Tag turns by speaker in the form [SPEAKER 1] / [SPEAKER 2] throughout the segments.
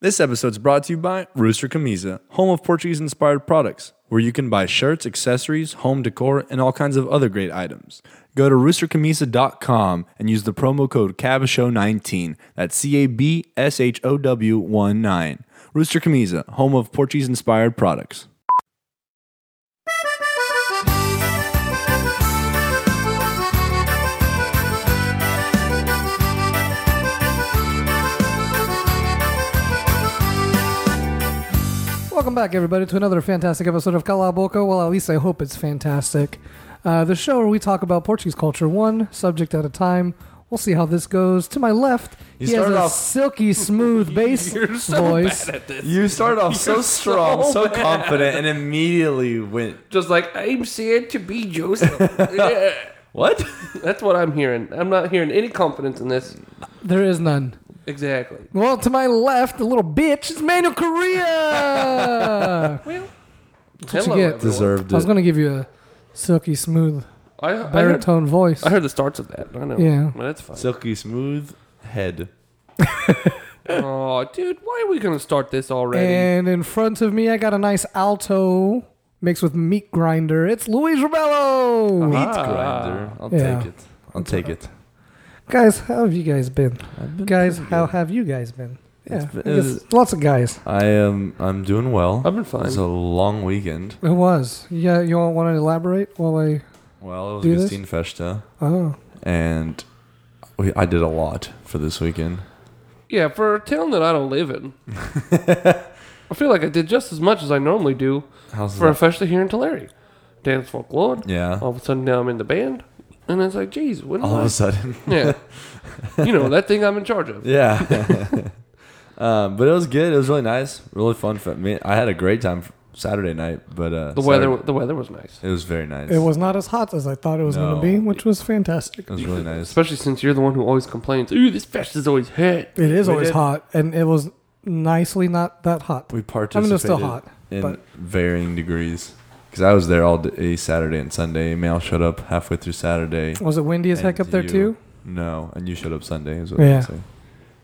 [SPEAKER 1] This episode is brought to you by Rooster Camisa, home of Portuguese inspired products, where you can buy shirts, accessories, home decor, and all kinds of other great items. Go to roostercamisa.com and use the promo code CABSHOW19. That's C A B S H O W 1 9. Rooster Camisa, home of Portuguese inspired products.
[SPEAKER 2] Welcome back, everybody, to another fantastic episode of Calaboco. Well, at least I hope it's fantastic. Uh, the show where we talk about Portuguese culture, one subject at a time. We'll see how this goes. To my left, he has
[SPEAKER 1] started
[SPEAKER 2] a
[SPEAKER 1] off-
[SPEAKER 2] silky smooth bass voice.
[SPEAKER 1] You start off
[SPEAKER 3] so strong, so
[SPEAKER 1] confident, and immediately went,
[SPEAKER 3] just like I'm scared to be Joseph. Yeah.
[SPEAKER 1] What?
[SPEAKER 3] That's what I'm hearing. I'm not hearing any confidence in this.
[SPEAKER 2] There is none.
[SPEAKER 3] Exactly.
[SPEAKER 2] Well, to my left, the little bitch is Manuel Korea. what you
[SPEAKER 3] Hello,
[SPEAKER 2] get.
[SPEAKER 3] everyone.
[SPEAKER 1] Deserved
[SPEAKER 2] I was going to give you a silky smooth
[SPEAKER 3] I, I, heard,
[SPEAKER 2] baritone voice.
[SPEAKER 3] I heard the starts of that. I know.
[SPEAKER 2] Yeah.
[SPEAKER 3] Well, that's fine.
[SPEAKER 1] Silky smooth head.
[SPEAKER 3] oh, dude, why are we gonna start this already?
[SPEAKER 1] Eh.
[SPEAKER 2] And in front of me, I got a nice alto mixed with meat grinder. It's Luis Rebello.
[SPEAKER 1] Meat
[SPEAKER 3] Ah.
[SPEAKER 1] grinder. I'll
[SPEAKER 2] Yeah.
[SPEAKER 1] take it. I'll take it.
[SPEAKER 2] Guys, how have you guys been?
[SPEAKER 1] I've been
[SPEAKER 2] Guys,
[SPEAKER 1] pretty
[SPEAKER 2] how
[SPEAKER 1] good.
[SPEAKER 2] have you guys been? Yeah,
[SPEAKER 1] It's been-
[SPEAKER 2] I guess lots of guys.
[SPEAKER 1] I am. I'm doing well.
[SPEAKER 3] I've been
[SPEAKER 1] It
[SPEAKER 3] fine.
[SPEAKER 1] was a long weekend.
[SPEAKER 2] It was. Yeah, you all want to elaborate while I.
[SPEAKER 1] Well, it was
[SPEAKER 2] Do this?
[SPEAKER 1] Gustine Festa,
[SPEAKER 2] Oh,
[SPEAKER 1] and we, I did a lot for this weekend.
[SPEAKER 3] yeah, for a town that I don't live in, I feel like I did just as much as I normally do
[SPEAKER 1] How's
[SPEAKER 3] for a
[SPEAKER 1] that?
[SPEAKER 3] festa here in Tulare. Dance folklore.
[SPEAKER 1] yeah.
[SPEAKER 3] All of a sudden, now I'm in the band, and it's like, geez,
[SPEAKER 2] Oh
[SPEAKER 3] when?
[SPEAKER 1] All of a
[SPEAKER 3] was
[SPEAKER 1] sudden,
[SPEAKER 3] I? Yeah. you know that thing I'm in charge of.
[SPEAKER 1] yeah. um, but it was good. It was really nice. Really fun for me. I had a great time Saturday night, but uh,
[SPEAKER 3] The weather,
[SPEAKER 1] Saturday-
[SPEAKER 3] the weather was nice,
[SPEAKER 1] It was very nice.
[SPEAKER 2] it was not as hot as I thought it was going
[SPEAKER 1] No.
[SPEAKER 2] to be, which was fantastic.
[SPEAKER 1] It was really nice.
[SPEAKER 3] especially since you're the one who always complains. Ooh, this fest is always hot.
[SPEAKER 2] It is
[SPEAKER 1] We
[SPEAKER 2] always
[SPEAKER 1] did-
[SPEAKER 2] hot, and it was nicely not that hot.
[SPEAKER 1] We
[SPEAKER 2] I
[SPEAKER 1] participated.
[SPEAKER 2] mean, it was still hot,
[SPEAKER 1] in
[SPEAKER 2] but-
[SPEAKER 1] varying degrees. Because I was there all day Saturday and Sunday. Mail showed up halfway through Saturday.
[SPEAKER 2] Was it windy as heck
[SPEAKER 1] And
[SPEAKER 2] up there
[SPEAKER 1] you-
[SPEAKER 2] too?
[SPEAKER 1] No, and you showed up Sunday. Is what yeah.
[SPEAKER 2] Yeah.
[SPEAKER 1] I say.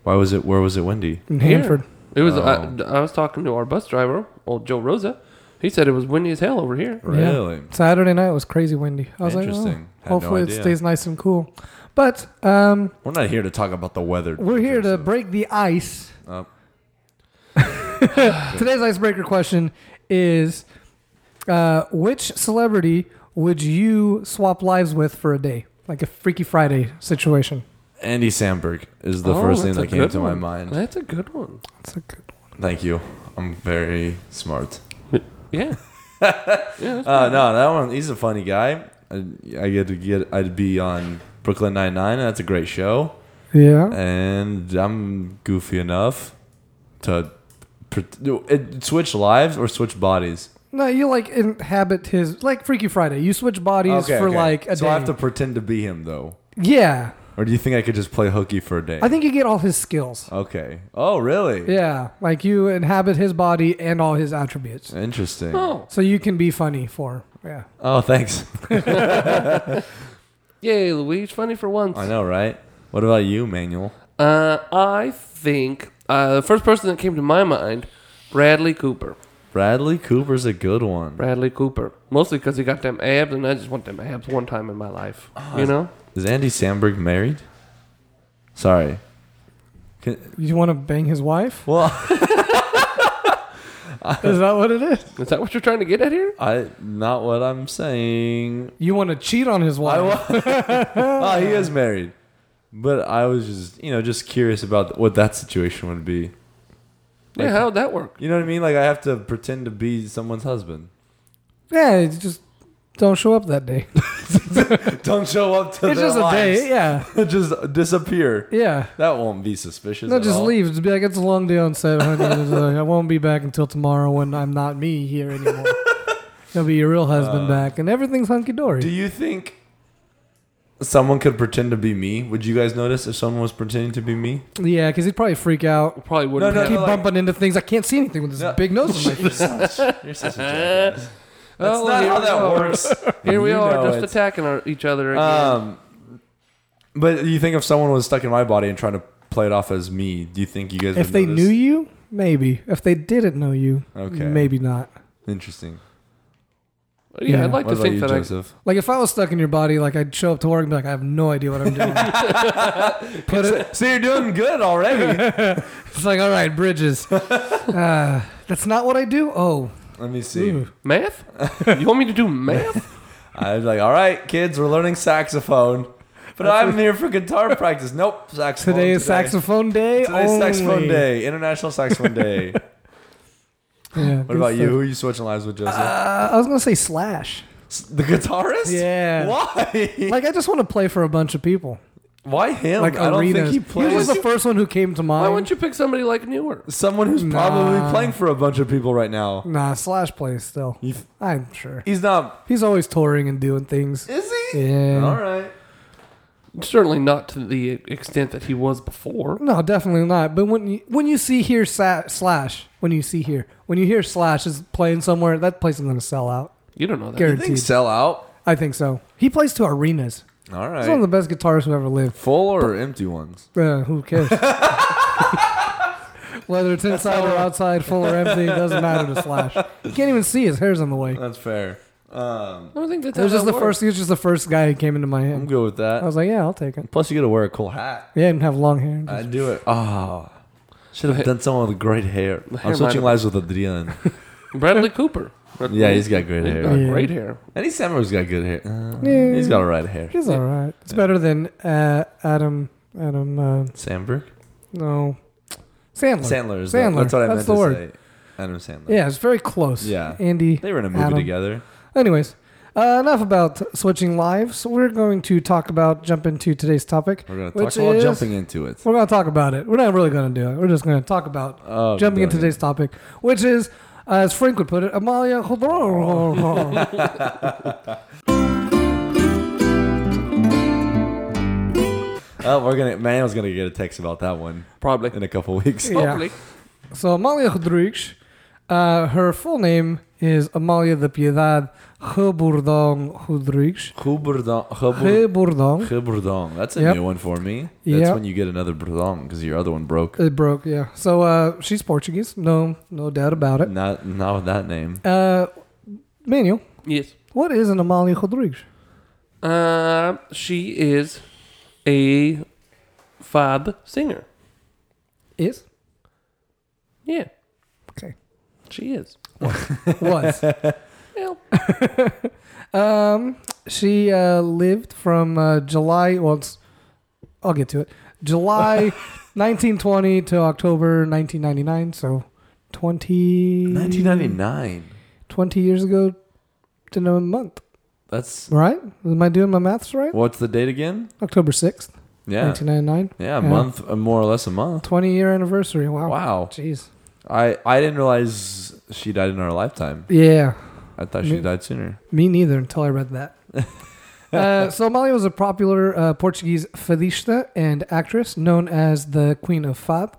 [SPEAKER 1] Why was it? Where was it windy?
[SPEAKER 2] In
[SPEAKER 3] Here.
[SPEAKER 2] Hanford.
[SPEAKER 3] It was.
[SPEAKER 1] Oh.
[SPEAKER 3] I, I was talking to our bus driver, old Joe Rosa. He said it was windy as hell over here.
[SPEAKER 2] Yeah.
[SPEAKER 1] Really?
[SPEAKER 2] Saturday night was crazy windy. I was like, oh,
[SPEAKER 1] Interesting. Had no
[SPEAKER 2] hopefully it
[SPEAKER 1] idea.
[SPEAKER 2] stays nice and cool. But um,
[SPEAKER 1] We're not here to talk about the weather.
[SPEAKER 2] we're here to
[SPEAKER 1] Joseph.
[SPEAKER 2] break the ice.
[SPEAKER 1] Oh.
[SPEAKER 2] Today's icebreaker question is uh, which celebrity would you swap lives with for a day? Like a Freaky Friday situation.
[SPEAKER 1] Andy Samberg is the
[SPEAKER 3] Oh,
[SPEAKER 1] first thing
[SPEAKER 3] that's
[SPEAKER 1] that came
[SPEAKER 3] a good
[SPEAKER 1] to
[SPEAKER 3] one.
[SPEAKER 1] my mind.
[SPEAKER 3] That's a good one.
[SPEAKER 2] That's a good
[SPEAKER 1] Thank you. I'm very smart.
[SPEAKER 3] Yeah. yeah. that's-
[SPEAKER 1] Uh, no, that one. He's a funny guy. I, I get to get. I'd be on Brooklyn Nine Nine. That's a great show.
[SPEAKER 2] Yeah.
[SPEAKER 1] and I'm goofy enough to pr- it, switch lives or switch bodies.
[SPEAKER 2] No, you like inhabit his like Freaky Friday. You switch bodies for like a
[SPEAKER 1] so
[SPEAKER 2] day.
[SPEAKER 1] I have to pretend to be him though,
[SPEAKER 2] yeah.
[SPEAKER 1] or do you think I could just play hooky for a day?
[SPEAKER 2] I think you get all his skills.
[SPEAKER 1] okay. Oh, really?
[SPEAKER 2] Yeah. Like you inhabit his body and all his attributes.
[SPEAKER 1] Interesting. Oh,
[SPEAKER 3] oh,
[SPEAKER 2] So you can be funny for yeah.
[SPEAKER 1] thanks.
[SPEAKER 3] yay, Luis! Funny for once.
[SPEAKER 1] I know, right? What about you, Manuel?
[SPEAKER 3] Uh, I think uh, the first person that came to my mind, Bradley Cooper.
[SPEAKER 1] Bradley Cooper's a good one.
[SPEAKER 3] Bradley Cooper, mostly because he got them abs, and I just want them abs one time in my life.
[SPEAKER 1] Oh,
[SPEAKER 3] you know?
[SPEAKER 1] Is Andy Samberg married? Sorry. Can,
[SPEAKER 2] You want to bang his wife?
[SPEAKER 1] well,
[SPEAKER 2] Is that what it is?
[SPEAKER 3] Is that what you're trying to get at here?
[SPEAKER 1] I not what I'm saying.
[SPEAKER 2] You want to cheat on his wife?
[SPEAKER 1] I was. oh, he is married. But I was just, you know, just curious about what that situation would be.
[SPEAKER 3] Yeah. How'd that work?
[SPEAKER 1] You know what I mean? Like I have to pretend to be someone's husband.
[SPEAKER 2] Yeah, it's just don't show up that day.
[SPEAKER 1] Don't show up to
[SPEAKER 2] it's just a day. Yeah,
[SPEAKER 1] a day. just disappear.
[SPEAKER 2] yeah.
[SPEAKER 1] That won't be suspicious.
[SPEAKER 2] No,
[SPEAKER 1] at
[SPEAKER 2] just
[SPEAKER 1] all.
[SPEAKER 2] leave. Just be like, it's a long day on set, honey. It's like, I won't be back until tomorrow when I'm not me here anymore. You'll be your real husband back, and everything's hunky
[SPEAKER 1] Uh, Do
[SPEAKER 2] dory.
[SPEAKER 1] you think someone could pretend to be me? Would you guys notice if someone was pretending to be me?
[SPEAKER 2] Yeah, because he'd probably freak out.
[SPEAKER 3] Probably wouldn't.
[SPEAKER 1] No, no,
[SPEAKER 3] have.
[SPEAKER 2] Keep
[SPEAKER 1] like-
[SPEAKER 2] bumping into things. I can't see anything with this
[SPEAKER 1] No.
[SPEAKER 2] big nose. in my-
[SPEAKER 1] You're such, you're such a
[SPEAKER 3] Uh,
[SPEAKER 1] jackass. That's
[SPEAKER 3] Oh,
[SPEAKER 1] not
[SPEAKER 3] here
[SPEAKER 1] how
[SPEAKER 3] we
[SPEAKER 1] that
[SPEAKER 3] are.
[SPEAKER 1] works.
[SPEAKER 3] Here we
[SPEAKER 1] You know
[SPEAKER 3] are,
[SPEAKER 1] it.
[SPEAKER 3] just attacking our, each other again.
[SPEAKER 1] Um, but you think if someone was stuck in my body and trying to play it off as me, do you think you guys?
[SPEAKER 2] if
[SPEAKER 1] would
[SPEAKER 2] they
[SPEAKER 1] notice?
[SPEAKER 2] knew you, Maybe. If they didn't know you,
[SPEAKER 1] Okay.
[SPEAKER 2] maybe not.
[SPEAKER 1] Interesting.
[SPEAKER 3] Yeah,
[SPEAKER 2] Yeah.
[SPEAKER 3] I'd like
[SPEAKER 1] what
[SPEAKER 3] to
[SPEAKER 1] about
[SPEAKER 3] think
[SPEAKER 1] you,
[SPEAKER 3] that
[SPEAKER 1] Joseph?
[SPEAKER 2] Like if I was stuck in your body, like I'd show up to work and be like, I have no idea what I'm doing. Put it,
[SPEAKER 1] so you're doing good already.
[SPEAKER 2] it's like, all right, bridges. Uh, that's not what I do. Oh,
[SPEAKER 1] Let me see.
[SPEAKER 2] Ooh.
[SPEAKER 3] I math. you want me to do math?
[SPEAKER 1] I was like, all right, kids, we're learning saxophone. But I'm here for guitar practice. Nope, saxophone.
[SPEAKER 2] today is saxophone day.
[SPEAKER 1] Today's
[SPEAKER 2] only.
[SPEAKER 1] saxophone day. International saxophone day.
[SPEAKER 2] Yeah,
[SPEAKER 1] what about you? Who are you switching lives with, Joseph?
[SPEAKER 2] Uh, I was gonna say Slash.
[SPEAKER 1] S- the guitarist?
[SPEAKER 2] Yeah.
[SPEAKER 1] Why?
[SPEAKER 2] Like I just want to play for a bunch of people.
[SPEAKER 1] Why him?
[SPEAKER 2] Like
[SPEAKER 1] I don't
[SPEAKER 2] arenas.
[SPEAKER 1] think he plays.
[SPEAKER 2] was the first one who came to
[SPEAKER 3] Why
[SPEAKER 2] mind.
[SPEAKER 1] Um,
[SPEAKER 3] wouldn't you pick somebody like Newer?
[SPEAKER 1] Someone who's probably
[SPEAKER 2] Nah.
[SPEAKER 1] playing for a bunch of people right now.
[SPEAKER 2] Nah, Slash plays still.
[SPEAKER 1] You th-
[SPEAKER 2] I'm sure
[SPEAKER 1] He's not.
[SPEAKER 2] he's always touring and doing things.
[SPEAKER 1] Is he?
[SPEAKER 2] Yeah.
[SPEAKER 1] All right.
[SPEAKER 3] Certainly not to the extent that he was before.
[SPEAKER 2] No, definitely not. But when you, when you see here sa- slash, when you see here, when you hear slash is playing somewhere, that place is going to sell out.
[SPEAKER 3] You don't know that.
[SPEAKER 2] Guaranteed.
[SPEAKER 1] You think sell out?
[SPEAKER 2] I think so. He plays to arenas.
[SPEAKER 1] All
[SPEAKER 2] He's one of
[SPEAKER 1] right.
[SPEAKER 2] the best guitarists who ever lived.
[SPEAKER 1] Full or empty ones?
[SPEAKER 2] Uh, who cares? Whether it's inside or outside, full or empty, it doesn't matter to Slash. You can't even see his hair's on the way.
[SPEAKER 1] That's fair. Um,
[SPEAKER 3] I don't think that's
[SPEAKER 2] It was
[SPEAKER 3] how
[SPEAKER 2] just
[SPEAKER 3] that
[SPEAKER 2] the
[SPEAKER 3] works.
[SPEAKER 2] first. He was just the first guy who came into my
[SPEAKER 1] I'm
[SPEAKER 2] head.
[SPEAKER 1] good with
[SPEAKER 2] I
[SPEAKER 1] that.
[SPEAKER 2] was like, yeah, I'll take it.
[SPEAKER 1] Plus, you got to wear a cool hat.
[SPEAKER 2] Yeah, and have long hair.
[SPEAKER 1] I do it. Ah, should
[SPEAKER 3] Hey.
[SPEAKER 1] have done someone with great hair.
[SPEAKER 3] hair
[SPEAKER 1] I'm
[SPEAKER 3] might
[SPEAKER 1] switching
[SPEAKER 3] have-
[SPEAKER 1] lives with Adrian.
[SPEAKER 3] Bradley Cooper.
[SPEAKER 1] yeah, he's got great
[SPEAKER 3] He's
[SPEAKER 1] hair.
[SPEAKER 3] got
[SPEAKER 2] Yeah.
[SPEAKER 3] great hair.
[SPEAKER 1] Andy Samberg's got good hair. Uh,
[SPEAKER 2] Yeah.
[SPEAKER 1] He's got all right hair.
[SPEAKER 2] He's all right. It's better than uh, Adam. Adam. Uh,
[SPEAKER 1] Sandberg?
[SPEAKER 2] no. Sandler.
[SPEAKER 1] Sandler. is
[SPEAKER 2] Sandler.
[SPEAKER 1] That, that's what I
[SPEAKER 2] That's
[SPEAKER 1] meant
[SPEAKER 2] the
[SPEAKER 1] to
[SPEAKER 2] word.
[SPEAKER 1] say. Adam Sandler.
[SPEAKER 2] Yeah, it's very close.
[SPEAKER 1] Yeah.
[SPEAKER 2] Andy.
[SPEAKER 1] They were in a movie
[SPEAKER 2] Adam.
[SPEAKER 1] together.
[SPEAKER 2] Anyways, uh, enough about switching lives. We're going to talk about, jump into today's topic.
[SPEAKER 1] We're going to talk
[SPEAKER 2] Which
[SPEAKER 1] about
[SPEAKER 2] is-
[SPEAKER 1] jumping into it.
[SPEAKER 2] We're going to talk about it. We're not really going to do it. We're just going to talk about
[SPEAKER 1] Oh,
[SPEAKER 2] jumping into
[SPEAKER 1] brilliant.
[SPEAKER 2] today's topic, which is, uh, as Frank would put it, Amalia.
[SPEAKER 1] Oh, we're gonna. Manuel's gonna get a text about that one
[SPEAKER 3] Probably.
[SPEAKER 1] in a couple weeks.
[SPEAKER 2] Yeah.
[SPEAKER 3] Probably.
[SPEAKER 2] so Amalia Rodrigues, uh, her full name is Amalia de Piedad Geburdong Rodrigues.
[SPEAKER 1] Geberdong- Geber-
[SPEAKER 2] Geburdong.
[SPEAKER 1] Geberdong. That's a
[SPEAKER 2] Yep.
[SPEAKER 1] new one for me. That's
[SPEAKER 2] Yep.
[SPEAKER 1] when you get another Berdong because your other one broke.
[SPEAKER 2] It broke, yeah. So uh, she's Portuguese, no, no doubt about it.
[SPEAKER 1] Not not with that name.
[SPEAKER 2] Uh, Manuel,
[SPEAKER 3] Yes.
[SPEAKER 2] what is an Amalia Rodrigues?
[SPEAKER 3] Um, she is a fab singer.
[SPEAKER 2] Is
[SPEAKER 3] Yeah,
[SPEAKER 2] okay.
[SPEAKER 3] she is.
[SPEAKER 2] Was
[SPEAKER 3] Well,
[SPEAKER 2] um, she uh, lived from uh, July? Well, it's, I'll get to it. July 1920 to October 1999. So 20
[SPEAKER 1] 1999.
[SPEAKER 2] 20 years ago to a month.
[SPEAKER 1] That's
[SPEAKER 2] Right? Am I doing my maths right?
[SPEAKER 1] what's the date again?
[SPEAKER 2] October 6th,
[SPEAKER 1] Yeah,
[SPEAKER 2] 1999.
[SPEAKER 1] yeah, a
[SPEAKER 2] Yeah.
[SPEAKER 1] month, uh, more or less a month.
[SPEAKER 2] 20 year anniversary. Wow.
[SPEAKER 1] Wow,
[SPEAKER 2] Jeez.
[SPEAKER 1] I I didn't realize she died in our lifetime.
[SPEAKER 2] Yeah.
[SPEAKER 1] I thought she
[SPEAKER 2] Me-
[SPEAKER 1] died sooner.
[SPEAKER 2] Me neither until I read that. uh, so Amalia was a popular uh, Portuguese fadista and actress known as the Queen of Fado.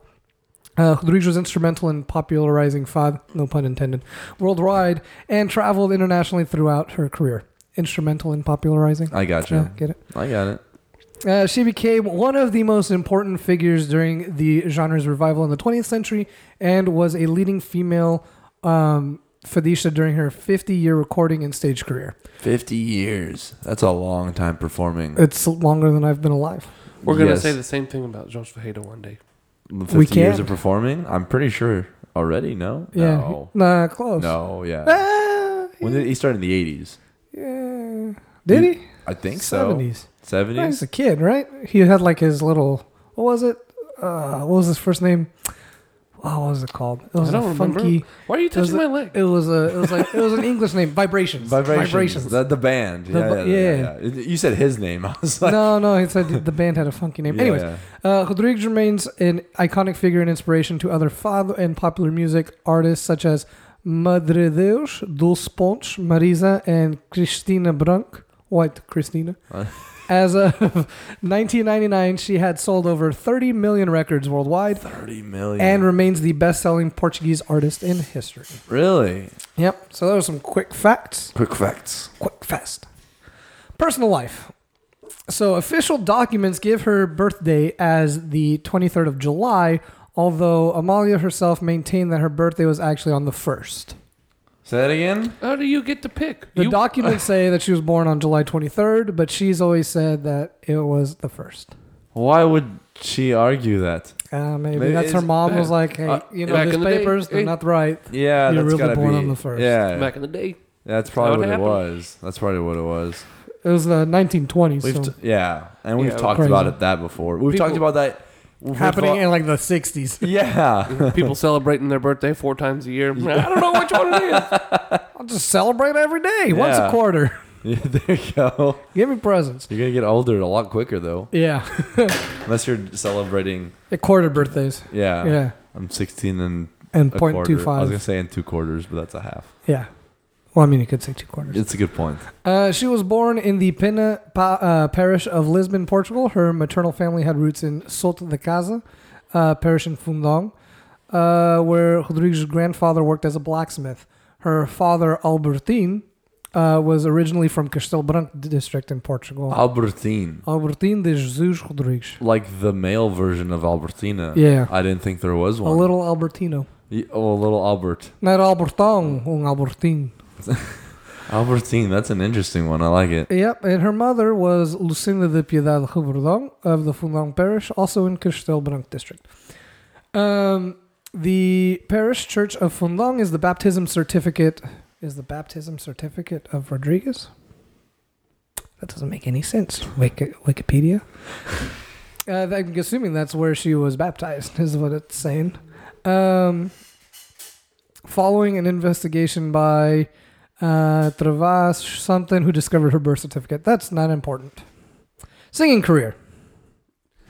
[SPEAKER 2] Uh, Rodrigues was instrumental in popularizing fado, no pun intended, worldwide and traveled internationally throughout her career. Instrumental in popularizing.
[SPEAKER 1] I got
[SPEAKER 2] Yeah,
[SPEAKER 1] you.
[SPEAKER 2] get it.
[SPEAKER 1] I got it.
[SPEAKER 2] Uh, she became one of the most important figures during the genre's revival in the 20th century and was a leading female um, fadista during her 50 year recording and stage career.
[SPEAKER 1] 50 years. That's a long time performing.
[SPEAKER 2] It's longer than I've been alive.
[SPEAKER 3] we're gonna
[SPEAKER 1] Yes.
[SPEAKER 3] say the same thing about Josh Fajeda one day.
[SPEAKER 1] 50
[SPEAKER 2] we
[SPEAKER 1] years
[SPEAKER 2] can't.
[SPEAKER 1] of performing? I'm pretty sure already, no?
[SPEAKER 2] Yeah.
[SPEAKER 1] No.
[SPEAKER 2] Nah, close.
[SPEAKER 1] No, yeah.
[SPEAKER 2] Ah,
[SPEAKER 1] When did he started in the 80s?
[SPEAKER 2] yeah. Did he?
[SPEAKER 1] I think so.
[SPEAKER 2] 70s.
[SPEAKER 1] 70s?
[SPEAKER 2] When he was a kid, right? He had like his little, what was it? Uh, what was his first name? Oh, what was it called? It was
[SPEAKER 3] I don't
[SPEAKER 2] a
[SPEAKER 3] remember.
[SPEAKER 2] funky.
[SPEAKER 3] Why are you
[SPEAKER 2] it was
[SPEAKER 3] touching my
[SPEAKER 2] a-
[SPEAKER 3] leg?
[SPEAKER 2] It was a. It was like it was an English name. Vibrations.
[SPEAKER 1] Vibrations. The, the band.
[SPEAKER 2] The
[SPEAKER 1] yeah, yeah,
[SPEAKER 2] ba-
[SPEAKER 1] yeah,
[SPEAKER 2] yeah.
[SPEAKER 1] yeah. You said his name. I was like,
[SPEAKER 2] no, no. He said the band had a funky name.
[SPEAKER 1] yeah,
[SPEAKER 2] Anyways,
[SPEAKER 1] yeah.
[SPEAKER 2] Uh, Rodrigues remains an iconic figure and inspiration to other fado and popular music artists such as Madre Deus, Dulce Ponch, Marisa, and Cristina Branc. White Cristina.
[SPEAKER 1] Huh?
[SPEAKER 2] As of 1999, she had sold over 30 million records worldwide
[SPEAKER 1] 30 million.
[SPEAKER 2] and remains the best selling Portuguese artist in history.
[SPEAKER 1] really?
[SPEAKER 2] Yep, so those are some quick facts
[SPEAKER 1] Quick facts.
[SPEAKER 2] quick fast. Personal life. So official documents give her birthday as the 23rd of July although Amalia herself maintained that her birthday was actually on the 1st.
[SPEAKER 1] Say that again.
[SPEAKER 3] How do you get to pick?
[SPEAKER 2] The
[SPEAKER 3] you,
[SPEAKER 2] documents say that she was born on July 23rd, but she's always said that it was the 1st.
[SPEAKER 1] Why would she argue that?
[SPEAKER 2] Uh, maybe,
[SPEAKER 1] Maybe
[SPEAKER 2] that's her
[SPEAKER 1] it's-
[SPEAKER 2] mom was
[SPEAKER 3] uh,
[SPEAKER 2] like, hey,
[SPEAKER 3] uh,
[SPEAKER 2] you know,
[SPEAKER 3] back
[SPEAKER 2] these
[SPEAKER 3] in the day,
[SPEAKER 2] papers, they're
[SPEAKER 3] eh?
[SPEAKER 2] not right.
[SPEAKER 1] Yeah,
[SPEAKER 2] You
[SPEAKER 1] that's
[SPEAKER 2] were
[SPEAKER 1] gotta
[SPEAKER 2] born
[SPEAKER 1] be.
[SPEAKER 2] on the first.
[SPEAKER 1] Yeah,
[SPEAKER 3] back in the day.
[SPEAKER 1] that's
[SPEAKER 3] How it
[SPEAKER 1] probably what it
[SPEAKER 3] happened.
[SPEAKER 1] was. That's probably what it was.
[SPEAKER 2] It was the 1920s.
[SPEAKER 1] We've
[SPEAKER 2] so-
[SPEAKER 1] t- yeah, and we've
[SPEAKER 3] Yeah,
[SPEAKER 1] talked
[SPEAKER 2] crazy.
[SPEAKER 1] about it that before. We've
[SPEAKER 3] People-
[SPEAKER 1] talked about that we've
[SPEAKER 2] happening
[SPEAKER 1] thought-
[SPEAKER 2] in like the 60s.
[SPEAKER 1] yeah,
[SPEAKER 3] People celebrating their birthday four times a year. I don't know which one it is.
[SPEAKER 2] I'll just celebrate every day, once a
[SPEAKER 1] Yeah.
[SPEAKER 2] quarter.
[SPEAKER 1] Yeah, there you go.
[SPEAKER 2] Give me presents.
[SPEAKER 1] You're gonna get older a lot quicker though,
[SPEAKER 2] Yeah.
[SPEAKER 1] unless you're celebrating.
[SPEAKER 2] At quarter birthdays.
[SPEAKER 1] Yeah,
[SPEAKER 2] yeah.
[SPEAKER 1] I'm 16 and
[SPEAKER 2] And
[SPEAKER 1] a
[SPEAKER 2] point
[SPEAKER 1] quarter.
[SPEAKER 2] two
[SPEAKER 1] I was
[SPEAKER 2] five.
[SPEAKER 1] gonna say in two quarters, but that's a half.
[SPEAKER 2] yeah. Well, I mean, you could say two quarters.
[SPEAKER 1] It's a good point.
[SPEAKER 2] Uh, she was born in the Pena pa- uh, parish of Lisbon, Portugal. Her maternal family had roots in Soto de Casa, uh, parish in Fundão, uh, where Rodriguez's grandfather worked as a blacksmith. Her father, Albertine, uh, was originally from Castelo Branco district in Portugal.
[SPEAKER 1] Albertine,
[SPEAKER 2] Albertine de Jesus Rodrigues.
[SPEAKER 1] like the male version of Albertina.
[SPEAKER 2] Yeah.
[SPEAKER 1] I didn't think there was
[SPEAKER 2] A
[SPEAKER 1] one.
[SPEAKER 2] little Albertino.
[SPEAKER 1] Y- Oh, a little Albert.
[SPEAKER 2] Not Albertão, um Albertine.
[SPEAKER 1] Albertine. That's an interesting one. I like it.
[SPEAKER 2] Yep, and her mother was Lucinda de Piedade Ruberdão of the Fundão parish, also in Castelo Branco district. Um, the parish church of Fundão is the baptism certificate. Is the baptism certificate of Rodriguez? That doesn't make any sense. Wiki, Wikipedia. Uh, I'm assuming that's where she was baptized, is what it's saying. Um, following an investigation by uh, Travas something who discovered her birth certificate. That's not important. Singing career.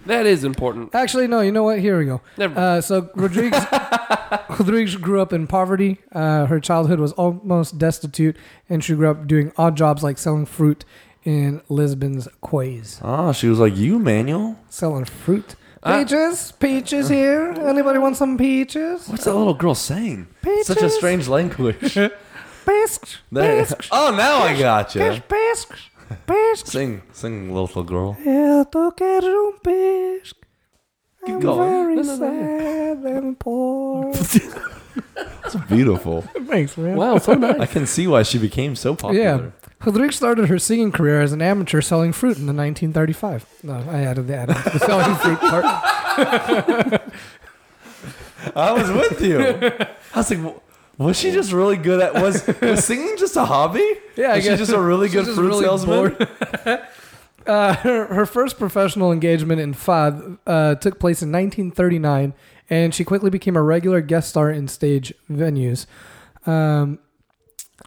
[SPEAKER 3] That is important.
[SPEAKER 2] Actually, no. You know what? Here we go.
[SPEAKER 3] Never.
[SPEAKER 2] Uh, so Rodriguez, Rodriguez grew up in poverty. Uh, her childhood was almost destitute, and she grew up doing odd jobs like selling fruit in Lisbon's quays.
[SPEAKER 1] Ah, she was like, "You, Manuel?
[SPEAKER 2] Selling fruit.
[SPEAKER 3] Ah.
[SPEAKER 2] Peaches, peaches here. Anybody want some peaches?
[SPEAKER 1] What's that little girl saying? Such a
[SPEAKER 2] Peaches.
[SPEAKER 1] strange language."
[SPEAKER 2] Pisks,
[SPEAKER 1] There.
[SPEAKER 2] pisks,
[SPEAKER 1] Oh, now I gotcha.
[SPEAKER 2] pisks, pisks, pisks.
[SPEAKER 1] Sing, sing, little girl.
[SPEAKER 2] Eu tô querendo um pisco. I'm
[SPEAKER 1] going.
[SPEAKER 2] very
[SPEAKER 3] No, no,
[SPEAKER 2] sad and poor.
[SPEAKER 1] It's beautiful.
[SPEAKER 2] Thanks, man.
[SPEAKER 3] wow, so nice.
[SPEAKER 1] I can see why she became so popular.
[SPEAKER 2] Yeah. Rodriguez started her singing career as an amateur selling fruit in the 1935. No, I added the, added the selling fruit part.
[SPEAKER 1] I was with you. I was like, "W- was she just really good at was was singing just a hobby?
[SPEAKER 2] Yeah, I
[SPEAKER 1] was
[SPEAKER 2] guess.
[SPEAKER 1] she just a really
[SPEAKER 2] She's
[SPEAKER 1] good
[SPEAKER 2] just
[SPEAKER 1] fruit
[SPEAKER 2] really
[SPEAKER 1] salesman.
[SPEAKER 2] Uh, her, her first professional engagement in FAD uh, took place in 1939, and she quickly became a regular guest star in stage venues. Um,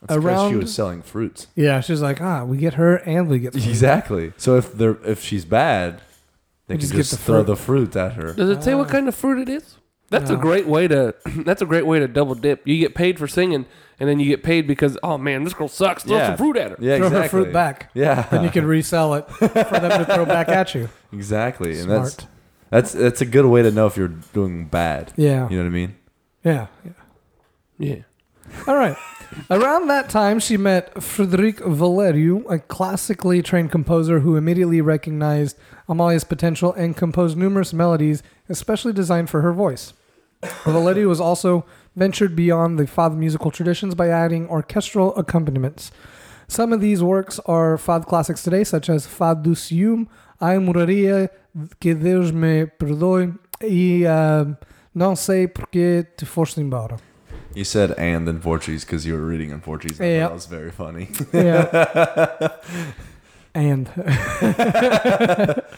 [SPEAKER 1] That's 'cause she
[SPEAKER 2] Around-
[SPEAKER 1] was selling fruits.
[SPEAKER 2] yeah, she's like, ah, we get her and we get fruit.
[SPEAKER 1] Exactly. So if they're if she's bad, they
[SPEAKER 2] We
[SPEAKER 1] can
[SPEAKER 2] just
[SPEAKER 1] just,
[SPEAKER 2] get the
[SPEAKER 1] throw
[SPEAKER 2] fruit.
[SPEAKER 1] the fruit at her.
[SPEAKER 3] Does it say what kind of fruit it is? That's
[SPEAKER 2] No.
[SPEAKER 3] a great way to. That's a great way to double dip. You get paid for singing, and then you get paid because oh man, this girl sucks. Throw
[SPEAKER 1] Yeah.
[SPEAKER 3] some fruit at her.
[SPEAKER 1] Yeah,
[SPEAKER 2] throw
[SPEAKER 1] exactly.
[SPEAKER 2] her fruit back. Then you
[SPEAKER 1] Yeah,
[SPEAKER 2] can resell it for them to throw back at you.
[SPEAKER 1] exactly. And
[SPEAKER 2] Smart.
[SPEAKER 1] that's that's that's a good way to know if you're doing bad.
[SPEAKER 2] yeah.
[SPEAKER 1] You know what I mean?
[SPEAKER 2] Yeah. yeah.
[SPEAKER 3] Yeah.
[SPEAKER 2] All right. Around that time, she met Frederic Valeriu, a classically trained composer who immediately recognized Amalia's potential and composed numerous melodies, especially designed for her voice. Valeriu was also ventured beyond the Fado musical traditions by adding orchestral accompaniments. Some of these works are Fado classics today, such as Fado do Ciúme, Ai Moraria, Que Deus Me Perdoe, e uh, Não Sei Porque Te Foste Embora.
[SPEAKER 1] You said and in Portuguese because you were reading in Portuguese. and I
[SPEAKER 2] Yeah.
[SPEAKER 1] thought That was very funny.
[SPEAKER 2] Yeah. and.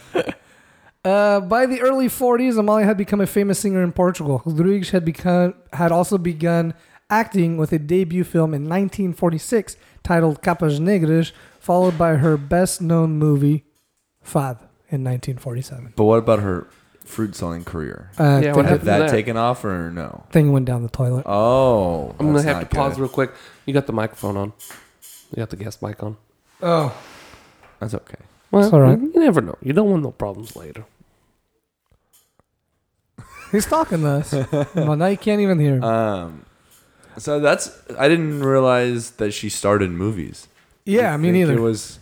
[SPEAKER 2] Uh, by the early 40s, Amalia had become a famous singer in Portugal. Rodrigues had become had also begun acting with a debut film in 1946 titled Capas Negras, followed by her best-known movie, Fad, in 1947.
[SPEAKER 1] But what about her fruit selling career?
[SPEAKER 2] Uh,
[SPEAKER 3] Yeah,
[SPEAKER 2] thing,
[SPEAKER 3] what
[SPEAKER 1] Had
[SPEAKER 3] happened?
[SPEAKER 1] that
[SPEAKER 3] there.
[SPEAKER 1] taken off or no?
[SPEAKER 2] thing went down the toilet.
[SPEAKER 1] Oh,
[SPEAKER 3] I'm gonna
[SPEAKER 1] that's
[SPEAKER 3] have to
[SPEAKER 1] not
[SPEAKER 3] pause
[SPEAKER 1] good.
[SPEAKER 3] real quick. You got the microphone on. You got the guest mic on.
[SPEAKER 2] Oh,
[SPEAKER 1] That's okay.
[SPEAKER 3] Well,
[SPEAKER 2] all right.
[SPEAKER 3] You never know. You don't want no problems later.
[SPEAKER 2] he's talking to us. well, now you can't even hear him.
[SPEAKER 1] Um, so that's I didn't realize that she starred in movies.
[SPEAKER 2] yeah,
[SPEAKER 1] I
[SPEAKER 2] me
[SPEAKER 1] think
[SPEAKER 2] neither.
[SPEAKER 1] It was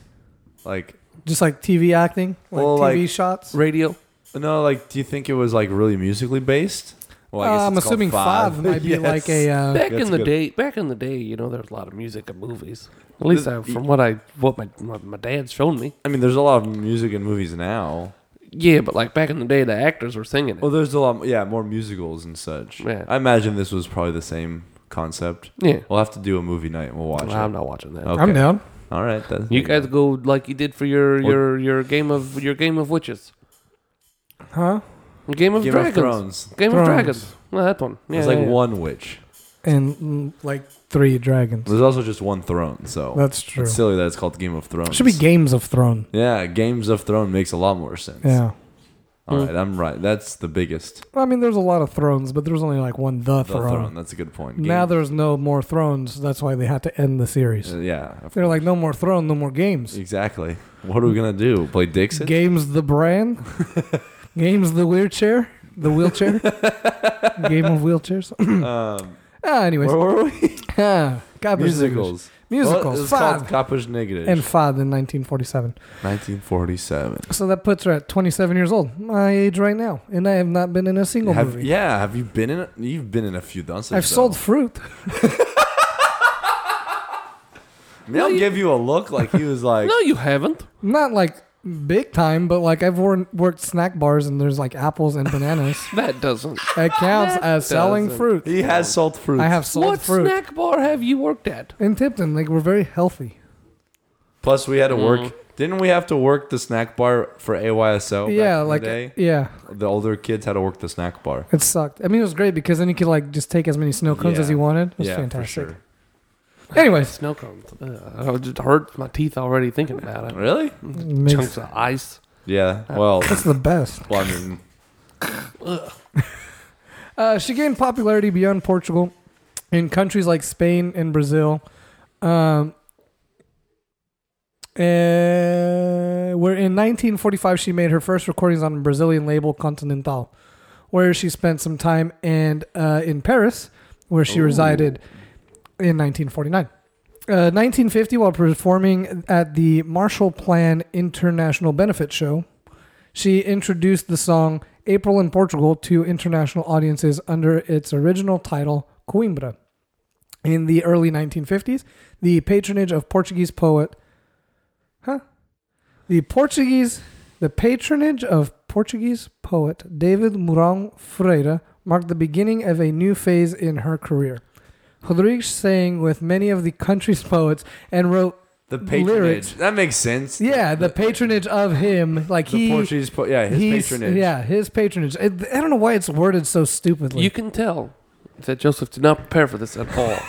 [SPEAKER 1] like
[SPEAKER 2] Just like TV acting, like
[SPEAKER 1] Well,
[SPEAKER 2] TV
[SPEAKER 1] like-
[SPEAKER 2] shots.
[SPEAKER 3] Radio.
[SPEAKER 1] no, like do you think it was like really musically based? Well, I guess
[SPEAKER 2] I'm
[SPEAKER 1] it's called
[SPEAKER 2] Um, assuming
[SPEAKER 1] Five.
[SPEAKER 2] Five might be
[SPEAKER 1] Yes.
[SPEAKER 2] like a. Uh,
[SPEAKER 3] Back in
[SPEAKER 1] That's
[SPEAKER 3] the
[SPEAKER 1] good.
[SPEAKER 3] day, back in the day, you know, there's a lot of music and movies. At least I, from what I what my what my dad's shown me.
[SPEAKER 1] I mean, there's a lot of music in movies now.
[SPEAKER 3] Yeah, but like back in the day, the actors were singing it.
[SPEAKER 1] Well, there's a lot, yeah, more musicals and such.
[SPEAKER 3] Yeah.
[SPEAKER 1] I imagine this was probably the same concept.
[SPEAKER 3] yeah,
[SPEAKER 1] We'll have to do a movie night and we'll watch
[SPEAKER 3] Well,
[SPEAKER 1] it. Oh.
[SPEAKER 3] I'm not watching that.
[SPEAKER 1] Okay.
[SPEAKER 2] I'm down.
[SPEAKER 1] All right. That's,
[SPEAKER 3] You guys go like you did for your
[SPEAKER 1] Well-
[SPEAKER 3] your your game of your game of witches,
[SPEAKER 2] Huh?
[SPEAKER 3] game of
[SPEAKER 1] Game
[SPEAKER 3] dragons,
[SPEAKER 1] of Thrones.
[SPEAKER 3] game
[SPEAKER 2] Thrones.
[SPEAKER 3] of dragons. Well, that one. Yeah,
[SPEAKER 1] There's like
[SPEAKER 3] yeah, yeah.
[SPEAKER 1] one witch.
[SPEAKER 2] And mm, like three dragons.
[SPEAKER 1] There's also just one throne, so
[SPEAKER 2] That's true.
[SPEAKER 1] it's silly that it's called Game of Thrones.
[SPEAKER 2] Should be Games of Throne.
[SPEAKER 1] Yeah, Games of Throne makes a lot more sense.
[SPEAKER 2] Yeah.
[SPEAKER 1] All
[SPEAKER 3] Mm.
[SPEAKER 1] right, I'm right. That's the biggest.
[SPEAKER 2] Well, I mean, there's a lot of thrones, but there's only like one the,
[SPEAKER 1] The
[SPEAKER 2] throne.
[SPEAKER 1] throne. That's a good point.
[SPEAKER 2] Now
[SPEAKER 1] Game-
[SPEAKER 2] there's no more thrones. That's why they had to end the series.
[SPEAKER 1] Uh, yeah. of
[SPEAKER 2] They're like, no more throne, no more games.
[SPEAKER 1] Exactly. What are we gonna do? Play Dixit?
[SPEAKER 2] Games the brand. games the wheelchair. The wheelchair. Game of wheelchairs.
[SPEAKER 1] um,
[SPEAKER 2] ah, anyways.
[SPEAKER 1] where were we?
[SPEAKER 2] Ah, God bless the English.
[SPEAKER 1] Musicals.
[SPEAKER 2] Musicals.
[SPEAKER 1] it's
[SPEAKER 2] five.
[SPEAKER 1] called Kapos Negatives.
[SPEAKER 2] and five in 1947.
[SPEAKER 1] 1947.
[SPEAKER 2] So that puts her at 27 years old, my age right now, and I have not been in a single
[SPEAKER 1] Have-
[SPEAKER 2] movie.
[SPEAKER 1] yeah, have you been in? A, you've been in a few dances.
[SPEAKER 2] I've
[SPEAKER 1] though.
[SPEAKER 2] sold fruit.
[SPEAKER 1] Mel gave you a look like he was like,
[SPEAKER 3] No, you haven't.
[SPEAKER 2] Not like big time, but like I've worn, worked snack bars and there's like apples and bananas.
[SPEAKER 3] That doesn't.
[SPEAKER 2] It counts as selling
[SPEAKER 3] doesn't-
[SPEAKER 2] fruit.
[SPEAKER 1] he has salt fruit.
[SPEAKER 2] I have sold
[SPEAKER 3] what
[SPEAKER 2] fruit.
[SPEAKER 3] snack bar have you worked at?
[SPEAKER 2] In Tipton, like we're very healthy.
[SPEAKER 1] Plus, we had to work.
[SPEAKER 3] Mm.
[SPEAKER 1] Didn't we have to work the snack bar for AYSO? back in
[SPEAKER 2] yeah,
[SPEAKER 1] the
[SPEAKER 2] like
[SPEAKER 1] day?
[SPEAKER 2] yeah,
[SPEAKER 1] the older kids had to work the snack bar.
[SPEAKER 2] it sucked. I mean, it was great because then you could like just take as many snow cones
[SPEAKER 1] Yeah.
[SPEAKER 2] as you wanted. It was
[SPEAKER 1] yeah,
[SPEAKER 2] fantastic.
[SPEAKER 1] for
[SPEAKER 2] Anyways,
[SPEAKER 3] Snow cones. Uh, I just hurt my teeth already thinking about
[SPEAKER 1] sure.
[SPEAKER 3] it.
[SPEAKER 1] Really?
[SPEAKER 2] makes-
[SPEAKER 3] Chunks of ice.
[SPEAKER 1] Yeah.
[SPEAKER 2] Uh,
[SPEAKER 1] Well,
[SPEAKER 2] that's the best.
[SPEAKER 1] well, I mean,
[SPEAKER 2] Uh, she gained popularity beyond Portugal in countries like Spain and Brazil, um, uh, where in 1945 she made her first recordings on a Brazilian label Continental, where she spent some time and uh, in Paris, where she
[SPEAKER 1] Ooh.
[SPEAKER 2] resided in 1949. Uh, 1950, while performing at the Marshall Plan International Benefit Show, she introduced the song April in Portugal to international audiences under its original title, Coimbra. In the early 1950s, the patronage of Portuguese poet. Huh? The Portuguese. The patronage of Portuguese poet David Mourão Freire marked the beginning of a new phase in her career. Rodrigues sang with many of the country's poets and wrote,
[SPEAKER 1] the patronage.
[SPEAKER 2] Lyrics.
[SPEAKER 1] That makes sense.
[SPEAKER 2] yeah, the patronage of him. Like
[SPEAKER 1] The
[SPEAKER 2] he,
[SPEAKER 1] Portuguese, po- yeah, his
[SPEAKER 2] He's-
[SPEAKER 1] patronage.
[SPEAKER 2] Yeah, his patronage. I, I don't know why it's worded so stupidly.
[SPEAKER 3] You can tell that Joseph did not prepare for this at all.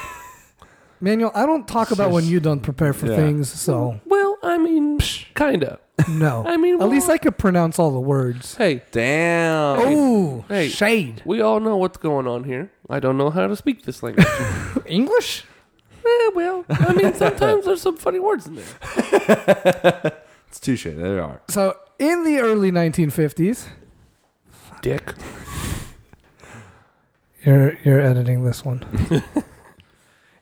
[SPEAKER 2] Manuel, I don't talk about when you don't prepare for
[SPEAKER 1] Yeah.
[SPEAKER 2] things, so
[SPEAKER 3] well, I mean, kinda.
[SPEAKER 2] no.
[SPEAKER 3] I mean,
[SPEAKER 2] At least
[SPEAKER 3] well-
[SPEAKER 2] I could pronounce all the words.
[SPEAKER 3] Hey,
[SPEAKER 1] Damn.
[SPEAKER 2] Oh,
[SPEAKER 3] Hey.
[SPEAKER 2] shade.
[SPEAKER 3] we all know what's going on here. I don't know how to speak this language.
[SPEAKER 2] English?
[SPEAKER 3] Eh, well, I mean, sometimes there's some funny words in there.
[SPEAKER 1] It's touche. There you are.
[SPEAKER 2] So, in the early 1950s,
[SPEAKER 3] Dick.
[SPEAKER 2] You're you're editing this one.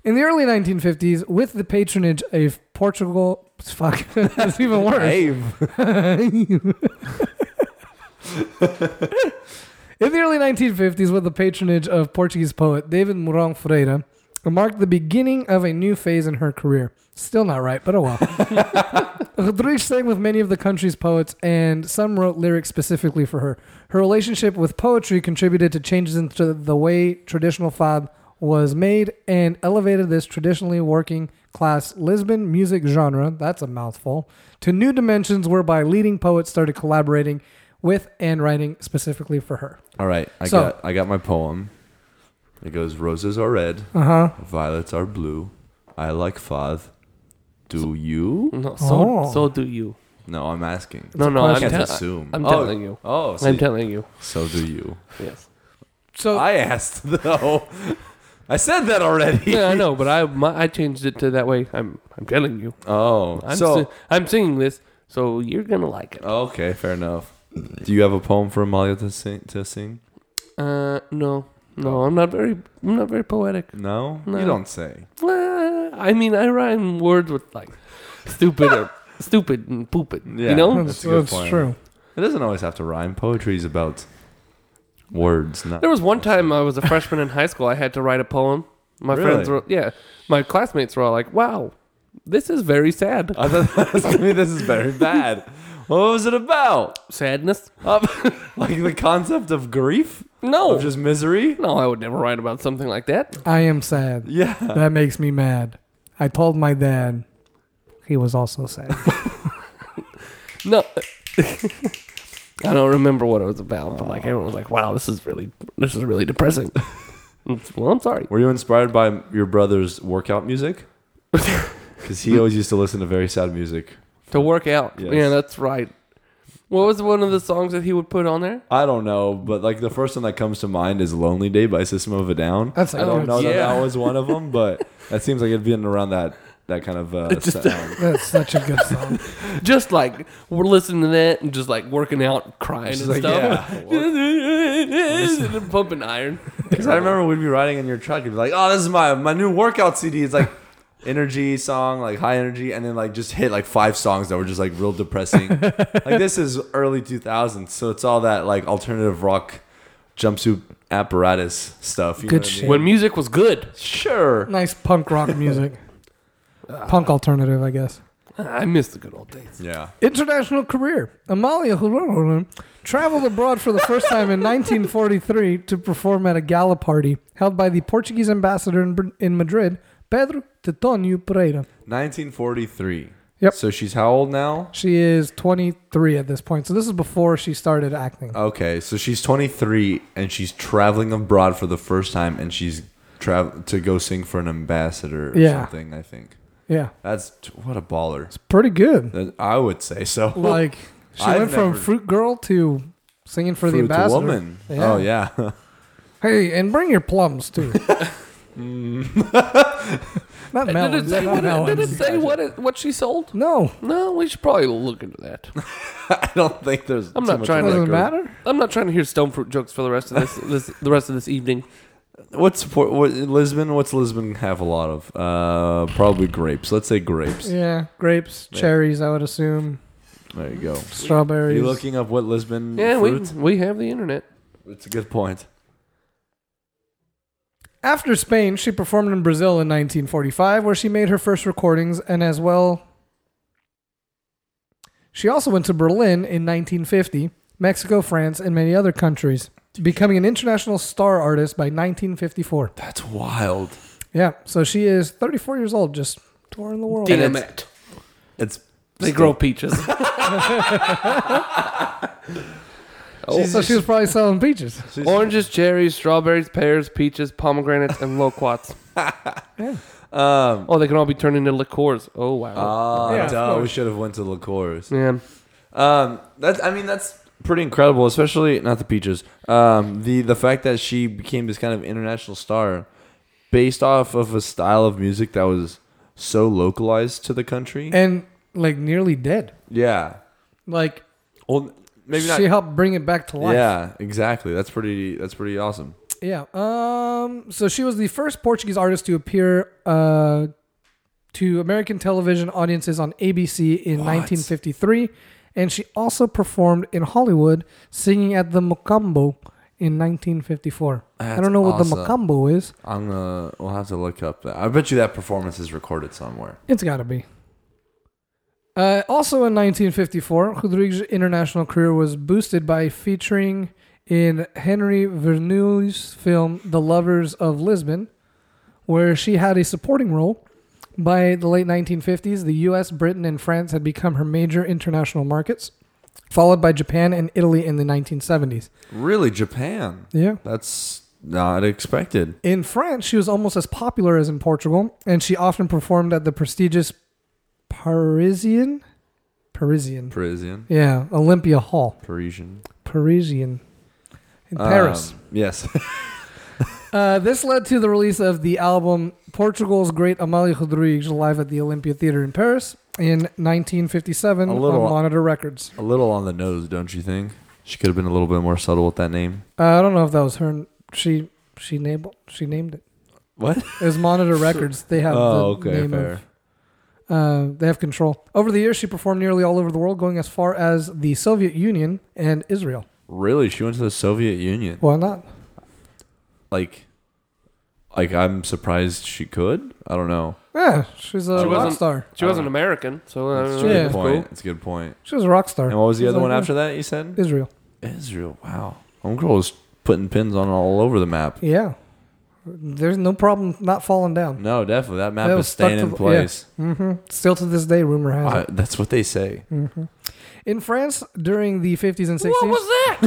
[SPEAKER 2] In the early 1950s, with the patronage of Portugal, fuck, that's even worse.
[SPEAKER 1] Dave.
[SPEAKER 2] In the early 1950s, with the patronage of Portuguese poet David Mourão Freire, it marked the beginning of a new phase in her career. Still not right, but oh well. Rodrigues sang with many of the country's poets, and some wrote lyrics specifically for her. Her relationship with poetry contributed to changes in tr- the way traditional fado was made and elevated this traditionally working class Lisbon music genre, that's a mouthful, to new dimensions whereby leading poets started collaborating with and writing specifically for her.
[SPEAKER 1] All right, I
[SPEAKER 2] So-
[SPEAKER 1] got I got my poem. It goes: Roses are red,
[SPEAKER 2] Uh huh.
[SPEAKER 1] violets are blue. I like fad. Do you?
[SPEAKER 3] No, so
[SPEAKER 2] Oh.
[SPEAKER 3] so do you.
[SPEAKER 1] No, I'm asking.
[SPEAKER 3] No, no,
[SPEAKER 2] a
[SPEAKER 3] I'm,
[SPEAKER 1] I can't
[SPEAKER 3] tell-
[SPEAKER 1] assume.
[SPEAKER 3] I'm
[SPEAKER 1] Oh,
[SPEAKER 3] telling you.
[SPEAKER 1] Oh, so,
[SPEAKER 3] I'm telling you.
[SPEAKER 1] so do you?
[SPEAKER 3] Yes.
[SPEAKER 2] So
[SPEAKER 1] I asked though. I said that already.
[SPEAKER 3] Yeah, I know, but I my, I changed it to that way. I'm I'm telling you.
[SPEAKER 1] Oh,
[SPEAKER 3] I'm
[SPEAKER 1] so
[SPEAKER 3] si- I'm singing this, so you're gonna like it.
[SPEAKER 1] okay, fair enough. Do you have a poem for Amalia to sing? To sing?
[SPEAKER 3] Uh, no, no, I'm not very I'm not very poetic.
[SPEAKER 1] No,
[SPEAKER 3] No.
[SPEAKER 1] you don't say.
[SPEAKER 3] Uh, I mean, I rhyme words with like stupid or stupid and poopid.
[SPEAKER 1] Yeah.
[SPEAKER 3] You know,
[SPEAKER 2] that's,
[SPEAKER 1] a good
[SPEAKER 2] that's
[SPEAKER 1] point.
[SPEAKER 2] true.
[SPEAKER 1] It doesn't always have to rhyme. Poetry is about Words, not
[SPEAKER 3] There was one time I was a freshman in high school. I had to write a poem. My
[SPEAKER 1] Really?
[SPEAKER 3] friends were, yeah, my classmates were all like, "Wow, this is very sad.
[SPEAKER 1] I thought that was gonna be, this is very bad. What was it about?
[SPEAKER 3] Sadness?
[SPEAKER 1] Um, like the concept of grief,
[SPEAKER 3] No,
[SPEAKER 1] of just misery.
[SPEAKER 3] no, I would never write about something like that.
[SPEAKER 2] I am sad.
[SPEAKER 1] Yeah,
[SPEAKER 2] That makes me mad. I told my dad. He was also sad.
[SPEAKER 3] No." I don't remember what it was about, but like everyone was like, "Wow, this is really, this is really depressing." well, I'm sorry.
[SPEAKER 1] Were you inspired by your brother's workout music? Because he always used to listen to very sad music.
[SPEAKER 3] To work out.
[SPEAKER 1] Yes.
[SPEAKER 3] Yeah, that's right. What was one of the songs that he would put on there?
[SPEAKER 1] I don't know, but like the first one that comes to mind is "Lonely Day" by System of a Down.
[SPEAKER 2] That's
[SPEAKER 1] I don't
[SPEAKER 2] like,
[SPEAKER 1] know that
[SPEAKER 3] yeah.
[SPEAKER 1] that was one of them, but that seems like it'd be in around that that kind of uh,
[SPEAKER 3] just-
[SPEAKER 1] sound.
[SPEAKER 2] that's such a good song.
[SPEAKER 3] Just like we're listening to that and just like working out, crying
[SPEAKER 1] It's
[SPEAKER 3] and
[SPEAKER 1] like,
[SPEAKER 3] stuff.
[SPEAKER 1] yeah.
[SPEAKER 3] and then pumping iron.
[SPEAKER 1] Because I remember we'd be riding in your truck and be like, "Oh, this is my my new workout CD. It's like energy song, like high energy, and then like just hit like five songs that were just like real depressing. like this is early 2000s, so it's all that like alternative rock jumpsuit apparatus stuff. You know
[SPEAKER 2] Good
[SPEAKER 1] what I
[SPEAKER 2] shit.
[SPEAKER 1] mean?
[SPEAKER 3] When music was good,
[SPEAKER 1] Sure.
[SPEAKER 2] Nice punk rock music. punk alternative, I guess.
[SPEAKER 3] I miss the good old days.
[SPEAKER 1] Yeah.
[SPEAKER 2] International career. Amalia Huron traveled abroad for the first time in 1943 to perform at a gala party held by the Portuguese ambassador in, Br- in Madrid, Pedro Tetonio Pereira.
[SPEAKER 1] 1943.
[SPEAKER 2] Yep.
[SPEAKER 1] So she's how old now?
[SPEAKER 2] She is 23 at this point, so this is before she started acting.
[SPEAKER 1] Okay, so she's 23 and she's traveling abroad for the first time, and she's travel to go sing for an ambassador or
[SPEAKER 2] Yeah.
[SPEAKER 1] something. I think
[SPEAKER 2] yeah,
[SPEAKER 1] that's what a baller.
[SPEAKER 2] pretty good.
[SPEAKER 1] That- I would say so.
[SPEAKER 2] Like she
[SPEAKER 1] I've
[SPEAKER 2] went from
[SPEAKER 1] never-
[SPEAKER 2] fruit girl to singing for the
[SPEAKER 1] Fruit
[SPEAKER 2] ambassador.
[SPEAKER 1] woman.
[SPEAKER 2] Yeah.
[SPEAKER 1] Oh yeah.
[SPEAKER 2] Hey, and bring your plums too. Not
[SPEAKER 3] Mm. Did it
[SPEAKER 2] melons.
[SPEAKER 3] say,
[SPEAKER 2] not
[SPEAKER 3] what, it, did it
[SPEAKER 2] melons.
[SPEAKER 3] say what, it, what she sold?
[SPEAKER 2] No,
[SPEAKER 3] No, we should probably look into that.
[SPEAKER 1] I don't think there's.
[SPEAKER 3] I'm
[SPEAKER 1] too
[SPEAKER 3] not
[SPEAKER 1] much
[SPEAKER 3] trying to-
[SPEAKER 2] doesn't
[SPEAKER 1] liquor.
[SPEAKER 2] matter.
[SPEAKER 3] I'm not trying to hear stone fruit jokes for the rest of this, this the rest of this evening.
[SPEAKER 1] What's for, what, Lisbon? What's Lisbon have a lot of? Uh, probably grapes. Let's say grapes.
[SPEAKER 2] Yeah, grapes,
[SPEAKER 1] Yeah.
[SPEAKER 2] cherries. I would assume
[SPEAKER 1] There you go. Are
[SPEAKER 2] strawberries.
[SPEAKER 1] you looking up what Lisbon?
[SPEAKER 3] Yeah, we,
[SPEAKER 1] fruit?
[SPEAKER 3] we have the internet.
[SPEAKER 1] It's a good point.
[SPEAKER 2] After Spain, she performed in Brazil in 1945, where she made her first recordings, and as well, she also went to Berlin in 1950, Mexico, France, and many other countries, becoming an international star artist by 1954.
[SPEAKER 1] That's wild.
[SPEAKER 2] Yeah, so she is 34 years old, just touring the world.
[SPEAKER 3] Damn it.
[SPEAKER 1] It's
[SPEAKER 3] They grow peaches. Oh.
[SPEAKER 2] So she was probably selling peaches.
[SPEAKER 3] Oranges, cherries, strawberries, pears, peaches, pomegranates, and loquats.
[SPEAKER 1] Um,
[SPEAKER 3] Oh, they can all be turned into liqueurs. Oh wow.
[SPEAKER 1] Ah,
[SPEAKER 2] Yeah, of
[SPEAKER 1] duh, we
[SPEAKER 2] course.
[SPEAKER 1] should have went to liqueurs.
[SPEAKER 3] yeah.
[SPEAKER 1] Um, that I mean, that's pretty incredible, especially not the peaches. Um, the the fact that she became this kind of international star, based off of a style of music that was so localized to the country.
[SPEAKER 2] And like nearly dead.
[SPEAKER 1] yeah.
[SPEAKER 2] Like
[SPEAKER 1] Well, maybe
[SPEAKER 2] she
[SPEAKER 1] not.
[SPEAKER 2] helped bring it back to life.
[SPEAKER 1] Yeah, exactly. That's pretty. That's pretty awesome.
[SPEAKER 2] Yeah. Um. So she was the first Portuguese artist to appear uh, to American television audiences on ABC in 1953, and she also performed in Hollywood, singing at the Mocambo in 1954. I
[SPEAKER 1] That's
[SPEAKER 2] don't know what the
[SPEAKER 1] awesome.
[SPEAKER 2] Mocambo is.
[SPEAKER 1] I'm gonna. We'll have to look up that. I bet you that performance is recorded somewhere.
[SPEAKER 2] It's got to be. Uh, also in 1954, Rodriguez's international career was boosted by featuring in Henry Verneuil's film The Lovers of Lisbon, where she had a supporting role. By the late 1950s, the US, Britain, and France had become her major international markets, followed by Japan and Italy in the 1970s.
[SPEAKER 1] Really, Japan.
[SPEAKER 2] Yeah.
[SPEAKER 1] That's not expected.
[SPEAKER 2] In France, she was almost as popular as in Portugal, and she often performed at the prestigious Parisian Parisian.
[SPEAKER 1] Parisian.
[SPEAKER 2] Yeah, Olympia Hall,
[SPEAKER 1] Parisian.
[SPEAKER 2] Parisian in Paris.
[SPEAKER 1] Um, yes.
[SPEAKER 2] Uh, this led to the release of the album Portugal's Great Amália Rodrigues live at the Olympia Theater in Paris in 1957
[SPEAKER 1] A little-
[SPEAKER 2] on Monitor Records.
[SPEAKER 1] A little on the nose, don't you think? She could have been a little bit more subtle with that name.
[SPEAKER 2] Uh, I don't know if that was her. She she named she named it.
[SPEAKER 1] What?
[SPEAKER 2] It was Monitor Records. They have
[SPEAKER 1] Oh,
[SPEAKER 2] the
[SPEAKER 1] okay,
[SPEAKER 2] name
[SPEAKER 1] fair.
[SPEAKER 2] of. Uh, they have control. Over the years, she performed nearly all over the world, going as far as the Soviet Union and Israel.
[SPEAKER 1] Really, she went to the Soviet Union.
[SPEAKER 2] Why not?
[SPEAKER 1] Like, like I'm surprised she could. I don't know.
[SPEAKER 2] Yeah, she's a
[SPEAKER 3] She
[SPEAKER 2] rock
[SPEAKER 3] wasn't-
[SPEAKER 2] star.
[SPEAKER 3] She wasn't American, so uh,
[SPEAKER 1] uh, That's
[SPEAKER 2] true.
[SPEAKER 1] a
[SPEAKER 2] Yeah.
[SPEAKER 1] good
[SPEAKER 2] That's
[SPEAKER 1] point. It's a good point.
[SPEAKER 2] She was a rock star.
[SPEAKER 1] And what was the
[SPEAKER 2] She's
[SPEAKER 1] other
[SPEAKER 2] like,
[SPEAKER 1] one
[SPEAKER 2] yeah.
[SPEAKER 1] after that? You said
[SPEAKER 2] Israel.
[SPEAKER 1] Israel. Wow, homegirl was putting pins on all over the map.
[SPEAKER 2] Yeah. There's no problem not falling down.
[SPEAKER 1] No, definitely that map
[SPEAKER 2] That
[SPEAKER 1] is
[SPEAKER 2] was stuck
[SPEAKER 1] staying
[SPEAKER 2] to
[SPEAKER 1] in
[SPEAKER 2] the-
[SPEAKER 1] place.
[SPEAKER 2] hmm
[SPEAKER 3] Mm.
[SPEAKER 2] Still to this day, rumor has
[SPEAKER 1] I-
[SPEAKER 2] it. Mm.
[SPEAKER 1] that's what they say.
[SPEAKER 2] In France, during the 50s and 60s,
[SPEAKER 3] what was that?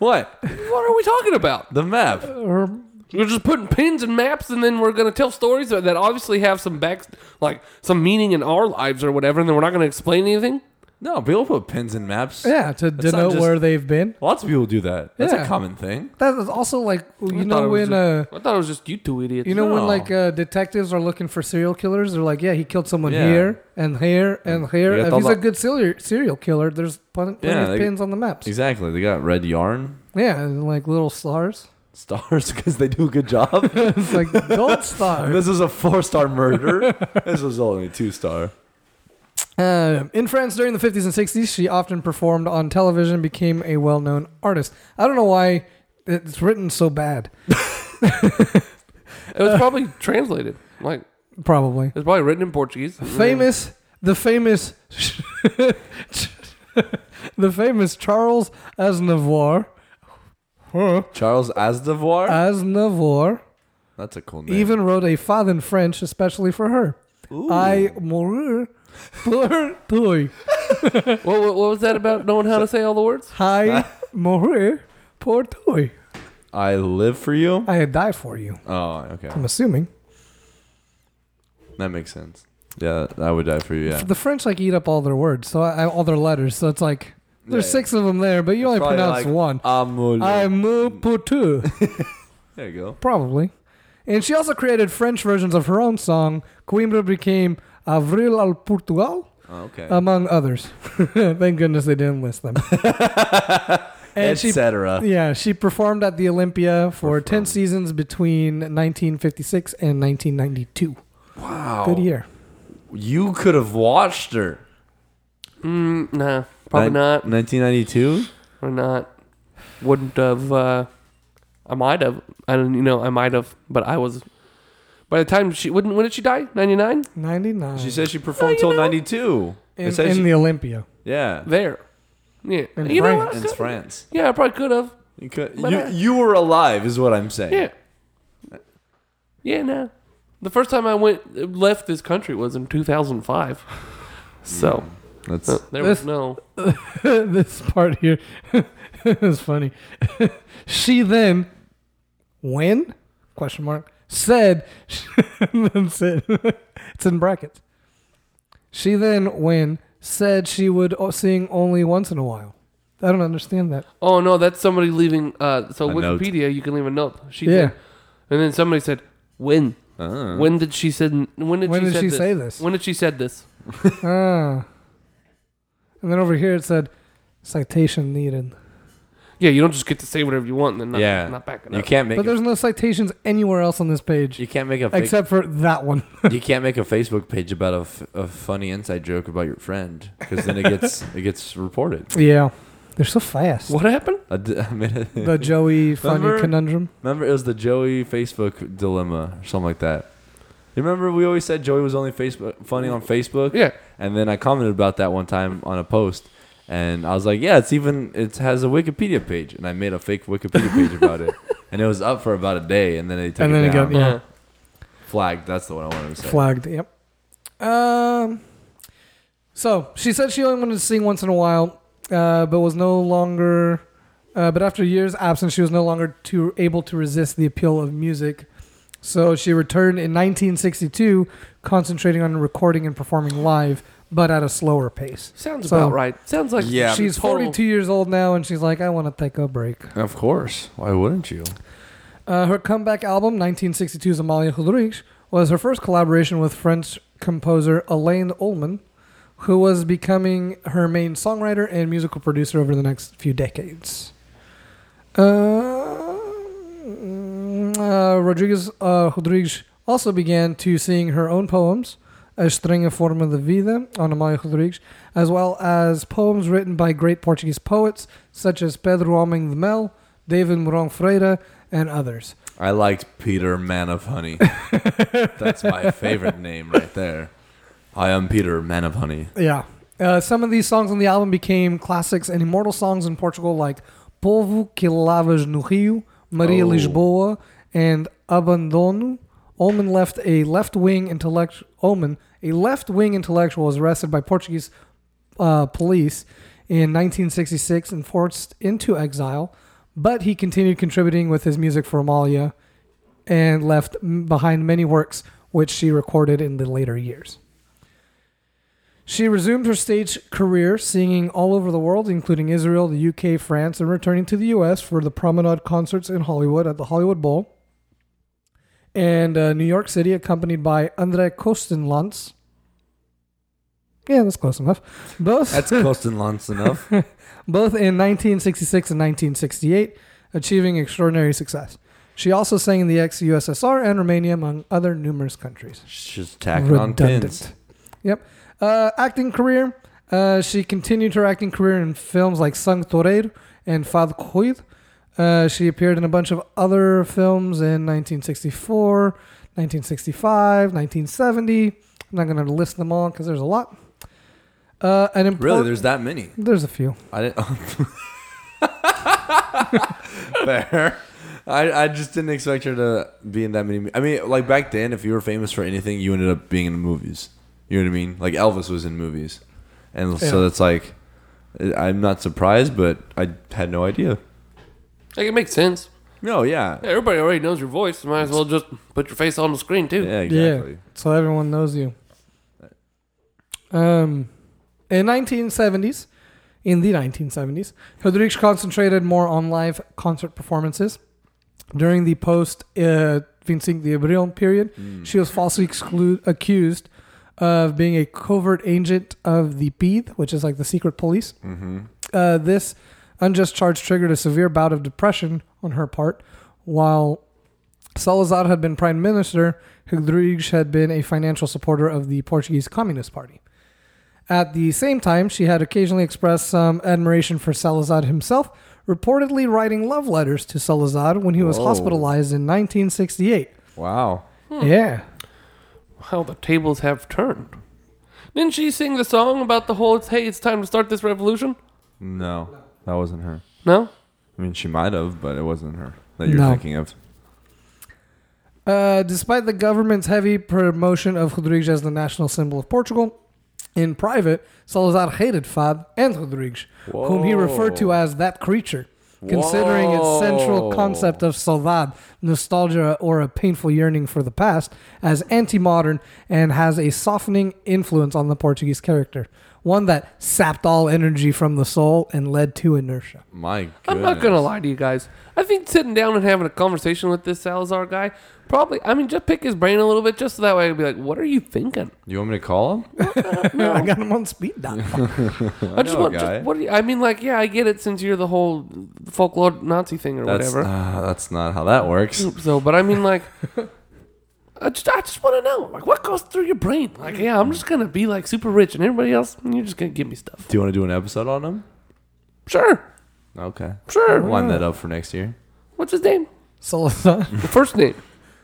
[SPEAKER 1] What?
[SPEAKER 3] what are we talking about?
[SPEAKER 1] The map.
[SPEAKER 2] or-
[SPEAKER 3] We're just putting pins and maps, and then we're gonna tell stories that that obviously have some back, like some meaning in our lives or whatever, and then we're not gonna explain anything.
[SPEAKER 1] No, people put pins in maps.
[SPEAKER 2] yeah, to
[SPEAKER 1] not
[SPEAKER 2] denote
[SPEAKER 1] just-
[SPEAKER 2] where they've been.
[SPEAKER 1] Lots of people do that. That's
[SPEAKER 2] Yeah.
[SPEAKER 1] a common thing.
[SPEAKER 2] That was also like you
[SPEAKER 3] I thought
[SPEAKER 2] know
[SPEAKER 3] it was
[SPEAKER 2] when uh,
[SPEAKER 3] just, I thought it was just you two idiots.
[SPEAKER 2] you know when
[SPEAKER 1] No.
[SPEAKER 2] like uh, detectives are looking for serial killers. They're like, yeah, he killed someone
[SPEAKER 1] Yeah. Mm.
[SPEAKER 2] here and here and here.
[SPEAKER 1] Yeah, I
[SPEAKER 2] If
[SPEAKER 1] thought
[SPEAKER 2] he's a
[SPEAKER 1] about-
[SPEAKER 2] good serial serial killer, there's plenty, plenty
[SPEAKER 1] Yeah, they-
[SPEAKER 2] of pins on the maps.
[SPEAKER 1] Exactly. They got red yarn
[SPEAKER 2] Yeah, and like little stars.
[SPEAKER 1] stars because they do a good job.
[SPEAKER 2] It's like gold star.
[SPEAKER 1] this is a four star murder. this was only two star.
[SPEAKER 2] Uh, in France during the 50s and 60s, she often performed on television and became a well known artist. I don't know why it's written so bad,
[SPEAKER 3] it
[SPEAKER 2] uh,
[SPEAKER 3] was probably translated. Like it
[SPEAKER 2] probably.
[SPEAKER 3] was probably written in Portuguese.
[SPEAKER 1] Mm.
[SPEAKER 2] Famous, the famous, the famous Charles Aznavour. Huh?
[SPEAKER 1] Charles Aznavour.
[SPEAKER 2] Aznavour
[SPEAKER 1] That's a cool name.
[SPEAKER 2] Uh, even wrote a fad in French, especially for her. I mourir pour toi.
[SPEAKER 3] What, what, what was that about? Knowing how to say all the words?
[SPEAKER 2] I mourir pour toi.
[SPEAKER 1] I live for you.
[SPEAKER 2] I die for you.
[SPEAKER 1] Oh, okay.
[SPEAKER 2] I'm assuming.
[SPEAKER 1] That makes sense. Yeah, I would die for you. Yeah.
[SPEAKER 2] The French like eat up all their words, so I, I- all their letters. So it's like there's
[SPEAKER 1] Yeah,
[SPEAKER 2] six of them there, but you only
[SPEAKER 1] Probably
[SPEAKER 2] pronounce
[SPEAKER 1] like,
[SPEAKER 2] one. Um,
[SPEAKER 1] Amour.
[SPEAKER 2] I'm putu,
[SPEAKER 1] there you go.
[SPEAKER 2] probably. And she also created French versions of her own song. Coimbra became Avril al Portugal,
[SPEAKER 1] Oh, okay.
[SPEAKER 2] among others. Thank goodness they didn't list them. and she,
[SPEAKER 1] Etc.
[SPEAKER 2] yeah, she performed at the Olympia for ten seasons between 1956 and 1992.
[SPEAKER 1] Wow.
[SPEAKER 2] Good year.
[SPEAKER 1] You could have watched her.
[SPEAKER 3] Mm, nah, probably
[SPEAKER 1] Nin-
[SPEAKER 3] not.
[SPEAKER 1] 1992.
[SPEAKER 3] or not. Wouldn't have. Uh, I might have. I don't. You know, I might have. But I was. By the time she wouldn't. When did she die? Ninety nine.
[SPEAKER 2] 99
[SPEAKER 1] She said she performed till 92. It
[SPEAKER 2] in,
[SPEAKER 1] said
[SPEAKER 2] in
[SPEAKER 1] she-
[SPEAKER 2] the Olympia.
[SPEAKER 1] yeah.
[SPEAKER 3] There. Yeah.
[SPEAKER 2] In
[SPEAKER 3] you know
[SPEAKER 2] France.
[SPEAKER 3] what? I
[SPEAKER 1] In
[SPEAKER 3] could-
[SPEAKER 1] France.
[SPEAKER 3] Yeah, I probably could have.
[SPEAKER 1] You could.
[SPEAKER 3] But
[SPEAKER 1] You,
[SPEAKER 3] I-
[SPEAKER 1] you were alive, is what I'm saying.
[SPEAKER 3] Yeah. Yeah. No. The first time I went left this country was in two thousand five. So
[SPEAKER 1] That's
[SPEAKER 3] uh, there was no.
[SPEAKER 2] this part here is funny. she then, when? Question mark. Said, that's it. it's in brackets. She then, when, said she would o- sing only once in a while. I don't understand that.
[SPEAKER 3] Oh no, that's somebody leaving. Uh, so
[SPEAKER 1] A note.
[SPEAKER 3] Wikipedia, you can leave a note. She
[SPEAKER 2] Yeah.
[SPEAKER 3] did. And then somebody said, "When?
[SPEAKER 1] Oh.
[SPEAKER 3] When did she said? When did
[SPEAKER 2] When
[SPEAKER 3] she,
[SPEAKER 2] did
[SPEAKER 3] said
[SPEAKER 2] she
[SPEAKER 3] this?
[SPEAKER 2] say this?
[SPEAKER 3] When did she said this?
[SPEAKER 2] ah. And then over here it said, citation needed.
[SPEAKER 3] Yeah, you don't just get to say whatever you want and then not,
[SPEAKER 1] Yeah.
[SPEAKER 3] not back it
[SPEAKER 1] You
[SPEAKER 3] up.
[SPEAKER 1] can't make.
[SPEAKER 2] But
[SPEAKER 1] a,
[SPEAKER 2] there's no citations anywhere else on this page
[SPEAKER 1] you can't make a. Fake,
[SPEAKER 2] except for that one.
[SPEAKER 1] you can't make a Facebook page about a, f- a funny inside joke about your friend because then it gets it gets reported.
[SPEAKER 2] yeah. They're so fast.
[SPEAKER 3] What happened?
[SPEAKER 1] I d- I mean,
[SPEAKER 2] The Joey funny
[SPEAKER 1] Remember-
[SPEAKER 2] conundrum.
[SPEAKER 1] remember it was the Joey Facebook dilemma or something like that. You remember we always said Joey was only Facebook funny on Facebook.
[SPEAKER 3] Yeah.
[SPEAKER 1] And then I commented about that one time on a post, and I was like, "Yeah, it's even it has a Wikipedia page," and I made a fake Wikipedia page about it, and it was up for about a day, and then they took
[SPEAKER 2] And
[SPEAKER 1] it
[SPEAKER 2] then it
[SPEAKER 1] down.
[SPEAKER 2] got- Yeah.
[SPEAKER 1] Flagged. That's the one I wanted to say.
[SPEAKER 2] Flagged. Yep. Um. So she said she only wanted to sing once in a while, uh, but was no longer. Uh, but after years absence, she was no longer too able to resist the appeal of music. So she returned in 1962, concentrating on recording and performing live, but at a slower pace.
[SPEAKER 3] Sounds
[SPEAKER 2] So-
[SPEAKER 3] about right. Sounds like
[SPEAKER 1] Yeah.
[SPEAKER 2] She's
[SPEAKER 3] total-
[SPEAKER 2] 42 years old now, and she's like, I want to take a break.
[SPEAKER 1] Of course. Why wouldn't you?
[SPEAKER 2] Uh, her comeback album, 1962's Amalia Ulrich, was her first collaboration with French composer Alain Ullmann, who was becoming her main songwriter and musical producer over the next few decades. Uh, mm, uh, Rodriguez uh, Rodriguez also began to sing her own poems, A Estranha Forma de Vida on Amália Rodrigues, as well as poems written by great Portuguese poets such as Pedro Homem de Mel, David Mourão Freire, and others.
[SPEAKER 1] I liked Peter Man of Honey. That's my favorite name right there. I am Peter Man of Honey.
[SPEAKER 2] Yeah. Uh, some of these songs on the album became classics and immortal songs in Portugal, like Povo que Lavas no Rio, Maria Lisboa, and Abandono. Omen left a left wing intellect. Omen, a left wing intellectual, was arrested by Portuguese uh, police in 1966 and forced into exile. But he continued contributing with his music for Amalia, and left m- behind many works which she recorded in the later years. She resumed her stage career singing all over the world, including Israel, the UK, France, and returning to the US for the promenade concerts in Hollywood at the Hollywood Bowl and uh, New York City, accompanied by Andre Kostenlantz. Yeah, that's close enough. Both
[SPEAKER 1] That's close and lance enough.
[SPEAKER 2] both in 1966 and 1968, achieving extraordinary success. She also sang in the ex USSR and Romania, among other numerous countries.
[SPEAKER 1] She's tacking on pins.
[SPEAKER 2] Yep. Uh, acting career. Uh, she continued her acting career in films like Sang Torero and Fad Cuid. Uh, she appeared in a bunch of other films in 1964, 1965, 1970. I'm not going to list them all because there's a lot. Uh, an import-
[SPEAKER 1] Really, there's that many.
[SPEAKER 2] there's a few.
[SPEAKER 1] I didn't. Fair. I, I just didn't expect her to be in that many. I mean, like back then, if you were famous for anything, you ended up being in movies. You know what I mean? Like Elvis was in movies, and so
[SPEAKER 2] Yeah.
[SPEAKER 1] it's like, I'm not surprised, but I had no idea.
[SPEAKER 3] Like it makes sense.
[SPEAKER 1] No, yeah,
[SPEAKER 3] Everybody already knows your voice. Might as well just put your face on the screen too.
[SPEAKER 1] yeah, exactly.
[SPEAKER 2] Yeah, so everyone knows you. Um, in 1970s, in the 1970s, Rodrigues concentrated more on live concert performances. During the post uh, 25 de Abril period, she was falsely exclu- accused of being a covert agent of the PID, which is like the secret police. Uh, this unjust charge triggered a severe bout of depression on her part. While Salazar had been prime minister, Rodrigues had been a financial supporter of the Portuguese Communist Party. At the same time, she had occasionally expressed some admiration for Salazar himself, reportedly writing love letters to Salazar when he was
[SPEAKER 1] Whoa.
[SPEAKER 2] hospitalized in 1968.
[SPEAKER 1] Wow.
[SPEAKER 2] Yeah.
[SPEAKER 3] How the tables have turned. Didn't she sing the song about the whole "Hey, it's time to start this revolution"?
[SPEAKER 1] No, that wasn't her.
[SPEAKER 3] No.
[SPEAKER 1] I mean, she might have, but it wasn't her that you're
[SPEAKER 2] No.
[SPEAKER 1] thinking of.
[SPEAKER 2] Uh, despite the government's heavy promotion of Rodrigues as the national symbol of Portugal, in private, Salazar hated Fab and Rodrigues, whom he referred to as that creature, considering its central
[SPEAKER 1] Whoa.
[SPEAKER 2] concept of saudade, nostalgia, or a painful yearning for the past, as anti modern and has a softening influence on the Portuguese character, one that sapped all energy from the soul and led to inertia.
[SPEAKER 1] My goodness.
[SPEAKER 3] I'm not gonna lie to you guys. I think sitting down and having a conversation with this Salazar guy, probably. I mean, just pick his brain a little bit, just so that way I'd be like, "What are you thinking?"
[SPEAKER 1] You want me to call him?
[SPEAKER 2] I got him on speed dial.
[SPEAKER 3] I, just
[SPEAKER 1] know a
[SPEAKER 3] want.
[SPEAKER 1] guy.
[SPEAKER 3] Just, what do you, I mean, like, yeah, I get it since you're the whole folklore Nazi thing or
[SPEAKER 1] That's,
[SPEAKER 3] whatever. Mm,
[SPEAKER 1] uh, that's not how that works.
[SPEAKER 3] So, but I mean, like, I just, I just want to know, like, what goes through your brain? Like, yeah, I'm just gonna be like super rich, and everybody else, you're just gonna give me stuff.
[SPEAKER 1] Do you want to do an episode on him?
[SPEAKER 3] Sure,
[SPEAKER 1] Okay.
[SPEAKER 3] sure.
[SPEAKER 1] Line that up for next year,
[SPEAKER 3] What's his name?
[SPEAKER 2] Salazar,
[SPEAKER 3] The first name.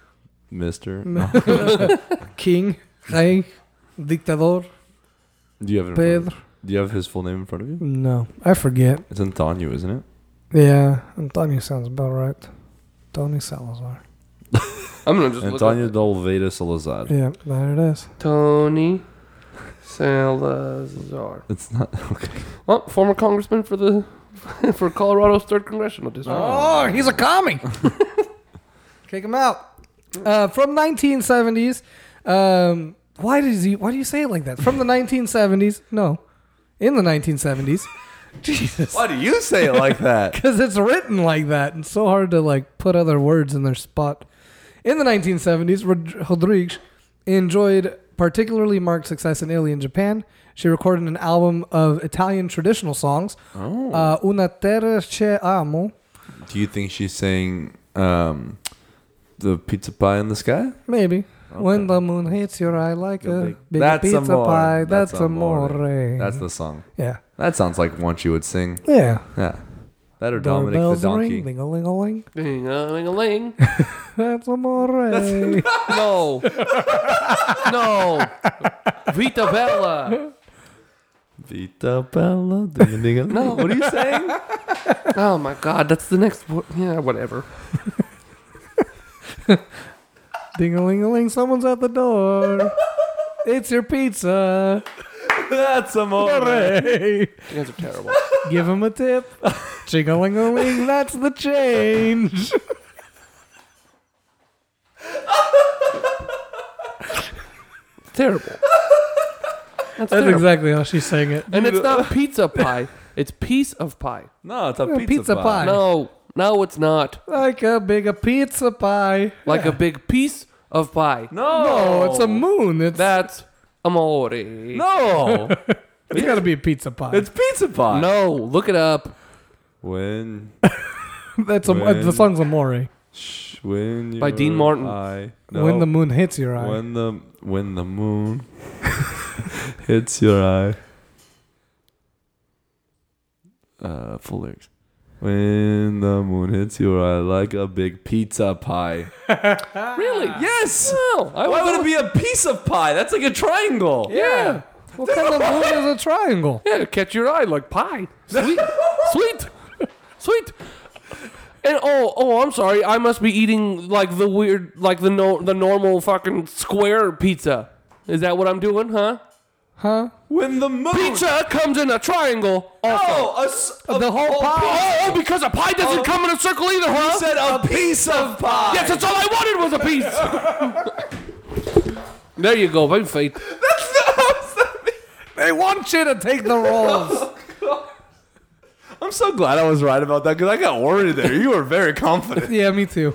[SPEAKER 1] Mister. Oh.
[SPEAKER 2] king, rei, dictador,
[SPEAKER 1] Do you have it in front of
[SPEAKER 2] Pedro.
[SPEAKER 1] you? Do you have his full name in front of you?
[SPEAKER 2] No, I forget.
[SPEAKER 1] It's Antonio, isn't it?
[SPEAKER 2] Yeah, Antonio sounds about right. Tony Salazar.
[SPEAKER 3] I'm gonna just look up-
[SPEAKER 1] Antonio Dolveda Salazar.
[SPEAKER 2] Yeah, there it is.
[SPEAKER 3] Tony Salazar.
[SPEAKER 1] It's not okay.
[SPEAKER 3] Well, former congressman for the for Colorado's third congressional district.
[SPEAKER 2] Oh, he's a commie. Kick him out. Uh, from 1970s. Um, why does he? Why do you say it like that? From the 1970s? No, in the 1970s. Jesus,
[SPEAKER 1] Why do you say it like that?
[SPEAKER 2] because it's written like that, and so hard to like put other words in their spot. In the 1970s, Rod- Rodrigues enjoyed particularly marked success in Italy and Japan. She recorded an album of Italian traditional songs,
[SPEAKER 1] Oh.
[SPEAKER 2] uh, Una Terra Che Amo.
[SPEAKER 1] Do you think she's saying um, the pizza pie in the sky?
[SPEAKER 2] Maybe. When the moon hits your eye like
[SPEAKER 1] You'll
[SPEAKER 2] a
[SPEAKER 1] make-
[SPEAKER 2] big
[SPEAKER 1] That's
[SPEAKER 2] Uh, pizza
[SPEAKER 1] amore.
[SPEAKER 2] pie,
[SPEAKER 1] That's
[SPEAKER 2] that's, amore.
[SPEAKER 1] That's the song.
[SPEAKER 2] yeah,
[SPEAKER 1] That sounds like one she would sing.
[SPEAKER 2] yeah.
[SPEAKER 1] Yeah. Better Dominic
[SPEAKER 2] Doorbells
[SPEAKER 1] the
[SPEAKER 2] ring,
[SPEAKER 1] Donkey.
[SPEAKER 2] ding a ling a ling.
[SPEAKER 3] Ding a ling a ling.
[SPEAKER 2] That's amore.
[SPEAKER 3] No. no. Vita Bella.
[SPEAKER 1] Vita Bella. Ding ding
[SPEAKER 3] No. What are you saying? oh my god, that's the next wo- Yeah, whatever.
[SPEAKER 2] ding a ling a ling. Someone's at the door. it's your pizza.
[SPEAKER 1] That's amore.
[SPEAKER 2] Hooray.
[SPEAKER 3] You guys are terrible.
[SPEAKER 2] Give him a tip. Ching a ling a ling. That's the change.
[SPEAKER 3] terrible. That's,
[SPEAKER 2] That's
[SPEAKER 3] terrible.
[SPEAKER 2] exactly how she sang it.
[SPEAKER 3] and it's not pizza pie. It's piece of pie.
[SPEAKER 1] No, it's a
[SPEAKER 2] Yeah,
[SPEAKER 1] pizza,
[SPEAKER 2] pizza
[SPEAKER 1] pie.
[SPEAKER 2] pie.
[SPEAKER 3] No. No, it's not.
[SPEAKER 2] Like a big a pizza pie.
[SPEAKER 3] Like a big piece of pie.
[SPEAKER 1] No.
[SPEAKER 2] No, it's a moon. It's
[SPEAKER 3] That's amore.
[SPEAKER 1] No.
[SPEAKER 2] it's got to be a pizza pie.
[SPEAKER 1] it's pizza pie.
[SPEAKER 3] No, look it up.
[SPEAKER 1] When
[SPEAKER 2] That's a,
[SPEAKER 1] When-
[SPEAKER 2] the song's Amore.
[SPEAKER 1] sh- when
[SPEAKER 3] By
[SPEAKER 1] your
[SPEAKER 3] Dean Martin.
[SPEAKER 1] eye- no.
[SPEAKER 2] When the moon hits your eye.
[SPEAKER 1] when the when the moon hits your eye. Uh, full lyrics. When the moon hits your eye like a big pizza pie.
[SPEAKER 3] Really?
[SPEAKER 1] Yes.
[SPEAKER 3] No. I
[SPEAKER 1] Ah. Why
[SPEAKER 3] was-
[SPEAKER 1] would it be a piece of pie? That's like a triangle.
[SPEAKER 3] Yeah.
[SPEAKER 2] What kind of moon is a triangle?
[SPEAKER 3] Yeah, to catch your eye like pie. Sweet. Sweet. Sweet. And oh, oh, I'm sorry. I must be eating like the weird, like the no, the normal fucking square pizza. Is that what I'm doing, huh?
[SPEAKER 2] Huh?
[SPEAKER 1] When the moon.
[SPEAKER 3] Pizza comes in a triangle. Also.
[SPEAKER 1] Oh, a s- a-
[SPEAKER 2] The whole
[SPEAKER 1] a
[SPEAKER 2] pie.
[SPEAKER 3] Oh, oh, because a pie doesn't
[SPEAKER 1] Oh.
[SPEAKER 3] come in a circle either, huh?
[SPEAKER 1] You said Oh, a piece of pie.
[SPEAKER 3] yes, that's all I wanted was a piece. there you go, big feet.
[SPEAKER 2] They want you to take the rolls.
[SPEAKER 1] I'm so glad I was right about that because I got worried there. You were very confident.
[SPEAKER 2] yeah, me too.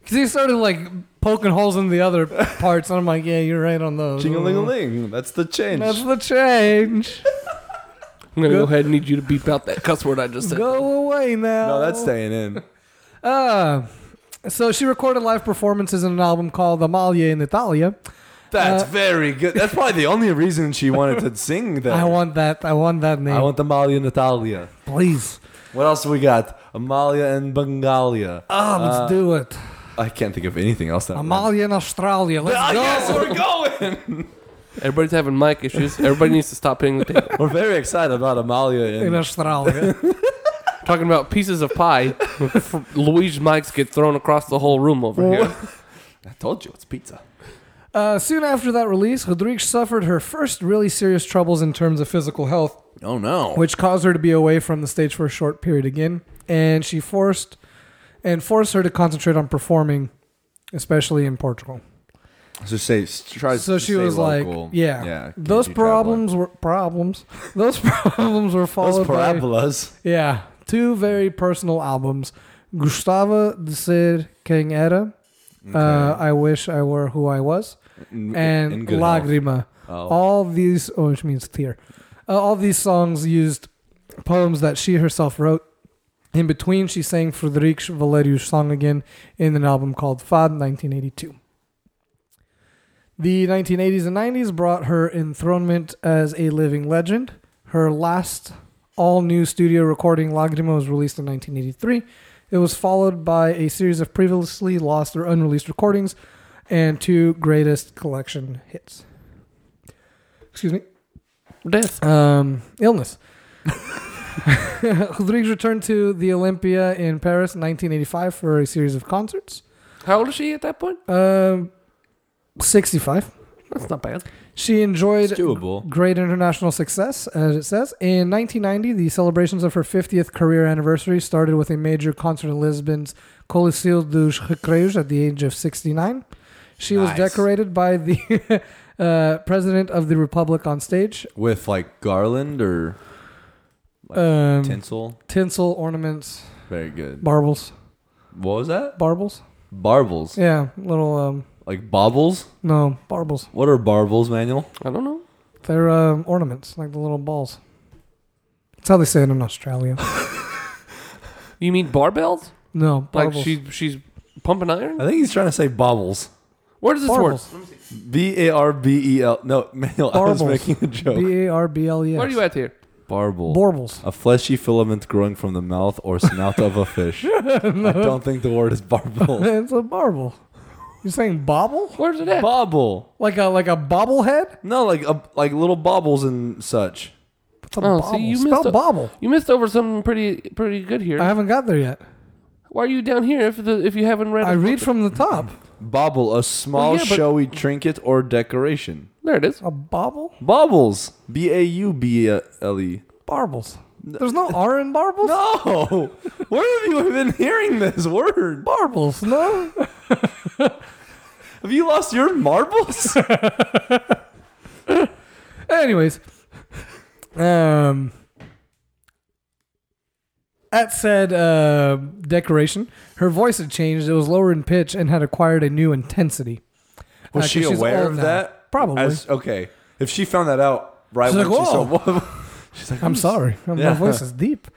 [SPEAKER 2] Because he started like poking holes in the other parts, and I'm like, yeah, you're right on those.
[SPEAKER 1] Ching a ling a ling. That's the change.
[SPEAKER 2] That's the change.
[SPEAKER 3] I'm gonna go ahead and need you to beep out that cuss word I just said.
[SPEAKER 2] Go away now.
[SPEAKER 1] no, that's staying in.
[SPEAKER 2] Uh, so she recorded live performances in an album called Amalia in Italia.
[SPEAKER 1] That's
[SPEAKER 2] Uh,
[SPEAKER 1] very good. That's probably the only reason she wanted to sing that.
[SPEAKER 2] I want that. I want that name.
[SPEAKER 1] I want Amalia and Natalia.
[SPEAKER 2] Please.
[SPEAKER 1] What else we got? Amalia and Bengalia.
[SPEAKER 2] Ah, let's
[SPEAKER 1] Uh,
[SPEAKER 2] do it.
[SPEAKER 1] I can't think of anything else. That
[SPEAKER 2] Amalia in Australia. Let's
[SPEAKER 1] I
[SPEAKER 2] go.
[SPEAKER 1] guess we're going.
[SPEAKER 3] Everybody's having mic issues. Everybody needs to stop hitting the table.
[SPEAKER 1] we're very excited about Amalia and
[SPEAKER 2] in Australia.
[SPEAKER 3] Talking about pieces of pie, Luigi's mics get thrown across the whole room over here.
[SPEAKER 1] I told you it's pizza.
[SPEAKER 2] uh, soon after that release, Rodriguez suffered her first really serious troubles in terms of physical health,
[SPEAKER 1] Oh no.
[SPEAKER 2] which caused her to be away from the stage for a short period again, and she forced and forced her to concentrate on performing, especially in Portugal.
[SPEAKER 1] So say try.
[SPEAKER 2] So she was like, "Yeah, those problems were problems. Those problems were
[SPEAKER 1] Those
[SPEAKER 2] followed by
[SPEAKER 1] parabolas.
[SPEAKER 2] Yeah, two very personal albums. Gustava de ser quem era. Uh, I wish I were who I was. And Lagrima.
[SPEAKER 1] Oh.
[SPEAKER 2] All these, oh, which means tear. Uh, all these songs used poems that she herself wrote. In between, she sang Frederic Valerius' song again in an album called Fad 1982. The 1980s and 90s brought her enthronement as a living legend. Her last all new studio recording, Lagrima, was released in 1983. It was followed by a series of previously lost or unreleased recordings and two greatest collection hits. Excuse me.
[SPEAKER 3] Death.
[SPEAKER 2] Um, illness. Rodriguez returned to the Olympia in Paris in 1985 for a series of concerts.
[SPEAKER 3] How old is she at that point?
[SPEAKER 2] Um, 65.
[SPEAKER 3] That's not bad.
[SPEAKER 2] She
[SPEAKER 1] It's
[SPEAKER 2] enjoyed
[SPEAKER 1] doable.
[SPEAKER 2] great international success, as it says. In 1990, the celebrations of her 50th career anniversary started with a major concert in Lisbon's Coliseu dos Recreios at the age of 69. She was
[SPEAKER 1] Nice.
[SPEAKER 2] decorated by the uh, president of the republic on stage.
[SPEAKER 1] With like garland or like
[SPEAKER 2] Um,
[SPEAKER 1] tinsel.
[SPEAKER 2] tinsel ornaments,
[SPEAKER 1] Very good.
[SPEAKER 2] barbles,
[SPEAKER 1] What was that?
[SPEAKER 2] barbles.
[SPEAKER 1] Barbles.
[SPEAKER 2] Yeah, little um,
[SPEAKER 1] Like baubles?
[SPEAKER 2] no barbles.
[SPEAKER 1] What are barbles, Manuel?
[SPEAKER 3] I don't know.
[SPEAKER 2] They're um, ornaments, like the little balls. That's how they say it in Australia.
[SPEAKER 3] You mean barbells?
[SPEAKER 2] No, barbles.
[SPEAKER 3] Like she she's Pump and iron?
[SPEAKER 1] I think he's trying to say bobbles.
[SPEAKER 3] Where does this work?
[SPEAKER 2] Barbles.
[SPEAKER 1] B A R B E L. No, Manuel, I was
[SPEAKER 2] Barbles.
[SPEAKER 1] making a joke.
[SPEAKER 2] B A R B L E S.
[SPEAKER 3] Where are you at here?
[SPEAKER 1] Barble.
[SPEAKER 2] Borbles.
[SPEAKER 1] a fleshy filament growing from the mouth or snout of a fish. I don't think the word is barble.
[SPEAKER 2] it's a barble. You're saying bobble?
[SPEAKER 3] Where's it at?
[SPEAKER 1] Bobble.
[SPEAKER 2] Like a like a bobblehead?
[SPEAKER 1] No, like a, like little bobbles and such.
[SPEAKER 2] What's a
[SPEAKER 3] Oh, see,
[SPEAKER 2] bobble?
[SPEAKER 3] you missed
[SPEAKER 2] Spell
[SPEAKER 3] a-
[SPEAKER 2] bobble.
[SPEAKER 3] You missed over something pretty pretty good here.
[SPEAKER 2] I haven't got there yet.
[SPEAKER 3] Why are you down here if the if you haven't read?
[SPEAKER 2] I
[SPEAKER 3] it?
[SPEAKER 2] read from the top.
[SPEAKER 1] Bobble, a small
[SPEAKER 3] Well, yeah, but-
[SPEAKER 1] showy trinket or decoration.
[SPEAKER 3] There it is.
[SPEAKER 2] A bobble?
[SPEAKER 1] Bobbles. B A U B L E.
[SPEAKER 2] Barbles. There's no R in barbles?
[SPEAKER 1] No! Where have you been hearing this word?
[SPEAKER 2] Barbles, no?
[SPEAKER 1] Have you lost your marbles?
[SPEAKER 2] Anyways, um, at said uh, decoration, her voice had changed. It was lower in pitch and had acquired a new intensity.
[SPEAKER 1] Was
[SPEAKER 2] Uh, 'cause
[SPEAKER 1] she
[SPEAKER 2] she's
[SPEAKER 1] aware
[SPEAKER 2] old
[SPEAKER 1] of
[SPEAKER 2] now.
[SPEAKER 1] that?
[SPEAKER 2] Probably.
[SPEAKER 1] As- okay. If she found that out right
[SPEAKER 2] She's
[SPEAKER 1] when
[SPEAKER 2] like,
[SPEAKER 1] she saw
[SPEAKER 2] "Whoa."
[SPEAKER 1] she's like, "Hmm,
[SPEAKER 2] I'm
[SPEAKER 1] "Who's-"
[SPEAKER 2] sorry, my
[SPEAKER 1] Yeah.
[SPEAKER 2] voice is deep.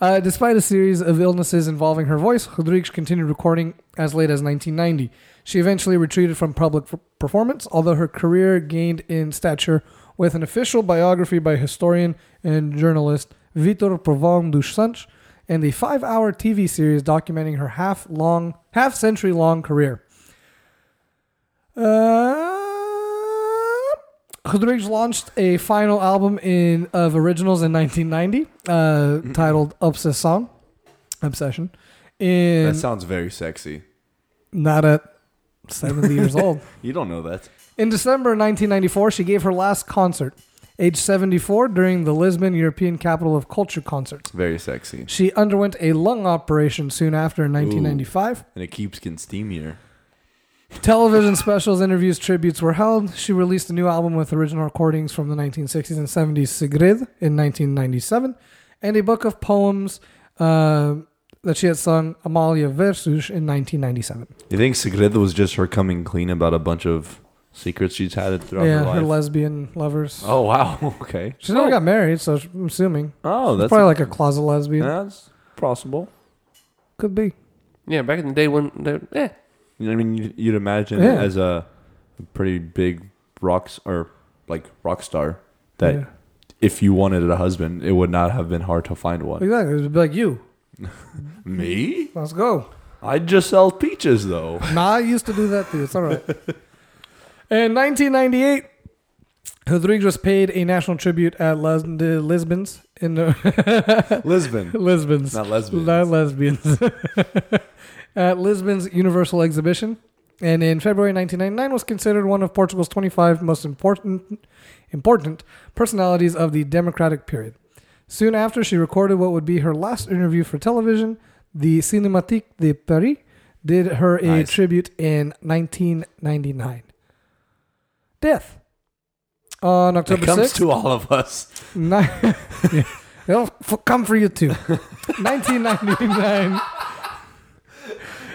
[SPEAKER 2] Uh, despite a series of illnesses involving her voice, Rodriguez continued recording as late as 1990. She eventually retreated from public f- performance, although her career gained in stature with an official biography by historian and journalist Vitor Provon dos Santos and the five-hour TV series documenting her half-long, half-century-long career. Uh, Rodriguez launched a final album in of originals in 1990, uh, titled "Obsession." Obsession. In
[SPEAKER 1] That sounds very sexy.
[SPEAKER 2] not at 70 years old.
[SPEAKER 1] You don't know that.
[SPEAKER 2] In December 1994, she gave her last concert, age 74, during the Lisbon European Capital of Culture concerts.
[SPEAKER 1] Very sexy.
[SPEAKER 2] She underwent a lung operation soon after in 1995.
[SPEAKER 1] And it keeps getting steamier.
[SPEAKER 2] Television specials, interviews, tributes were held. She released a new album with original recordings from the 1960s and 70s, Sigrid, in 1997, and a book of poems uh, that she had sung, Amalia Versus, in 1997.
[SPEAKER 1] You think Sigrid was just her coming clean about a bunch of secrets she's had throughout
[SPEAKER 2] yeah,
[SPEAKER 1] her life?
[SPEAKER 2] her lesbian lovers.
[SPEAKER 1] oh, wow. Okay.
[SPEAKER 2] She never got married, so I'm assuming.
[SPEAKER 1] Oh, that's,
[SPEAKER 2] Probably like a closet lesbian.
[SPEAKER 1] that's possible.
[SPEAKER 2] Could be.
[SPEAKER 3] Yeah, back in the day when there, eh,
[SPEAKER 1] You know what I mean? You'd- You'd imagine
[SPEAKER 2] Yeah.
[SPEAKER 1] as a pretty big rock s- or like rock star that
[SPEAKER 2] Yeah.
[SPEAKER 1] if you wanted a husband, it would not have been hard to find one.
[SPEAKER 2] Exactly. It'd be like you.
[SPEAKER 1] Me?
[SPEAKER 2] Let's go.
[SPEAKER 1] I just sell peaches though.
[SPEAKER 2] Nah, I used to do that too. It's all right. In 1998, Rodriguez was paid a national tribute at Lis- the Lisbon's in the
[SPEAKER 1] Lisbon,
[SPEAKER 2] Lisbon's
[SPEAKER 1] not lesbian.
[SPEAKER 2] not lesbians at Lisbon's Universal Exhibition, and in February 1999 was considered one of Portugal's 25 most important important personalities of the democratic period. Soon after, she recorded what would be her last interview for television. The Cinématique de Paris did her a
[SPEAKER 1] Nice.
[SPEAKER 2] tribute in 1999. Death on
[SPEAKER 1] it
[SPEAKER 2] October
[SPEAKER 1] comes
[SPEAKER 2] 6th.
[SPEAKER 1] to all of us.
[SPEAKER 2] Ni- Yeah. It'll f- come for you too. 1999.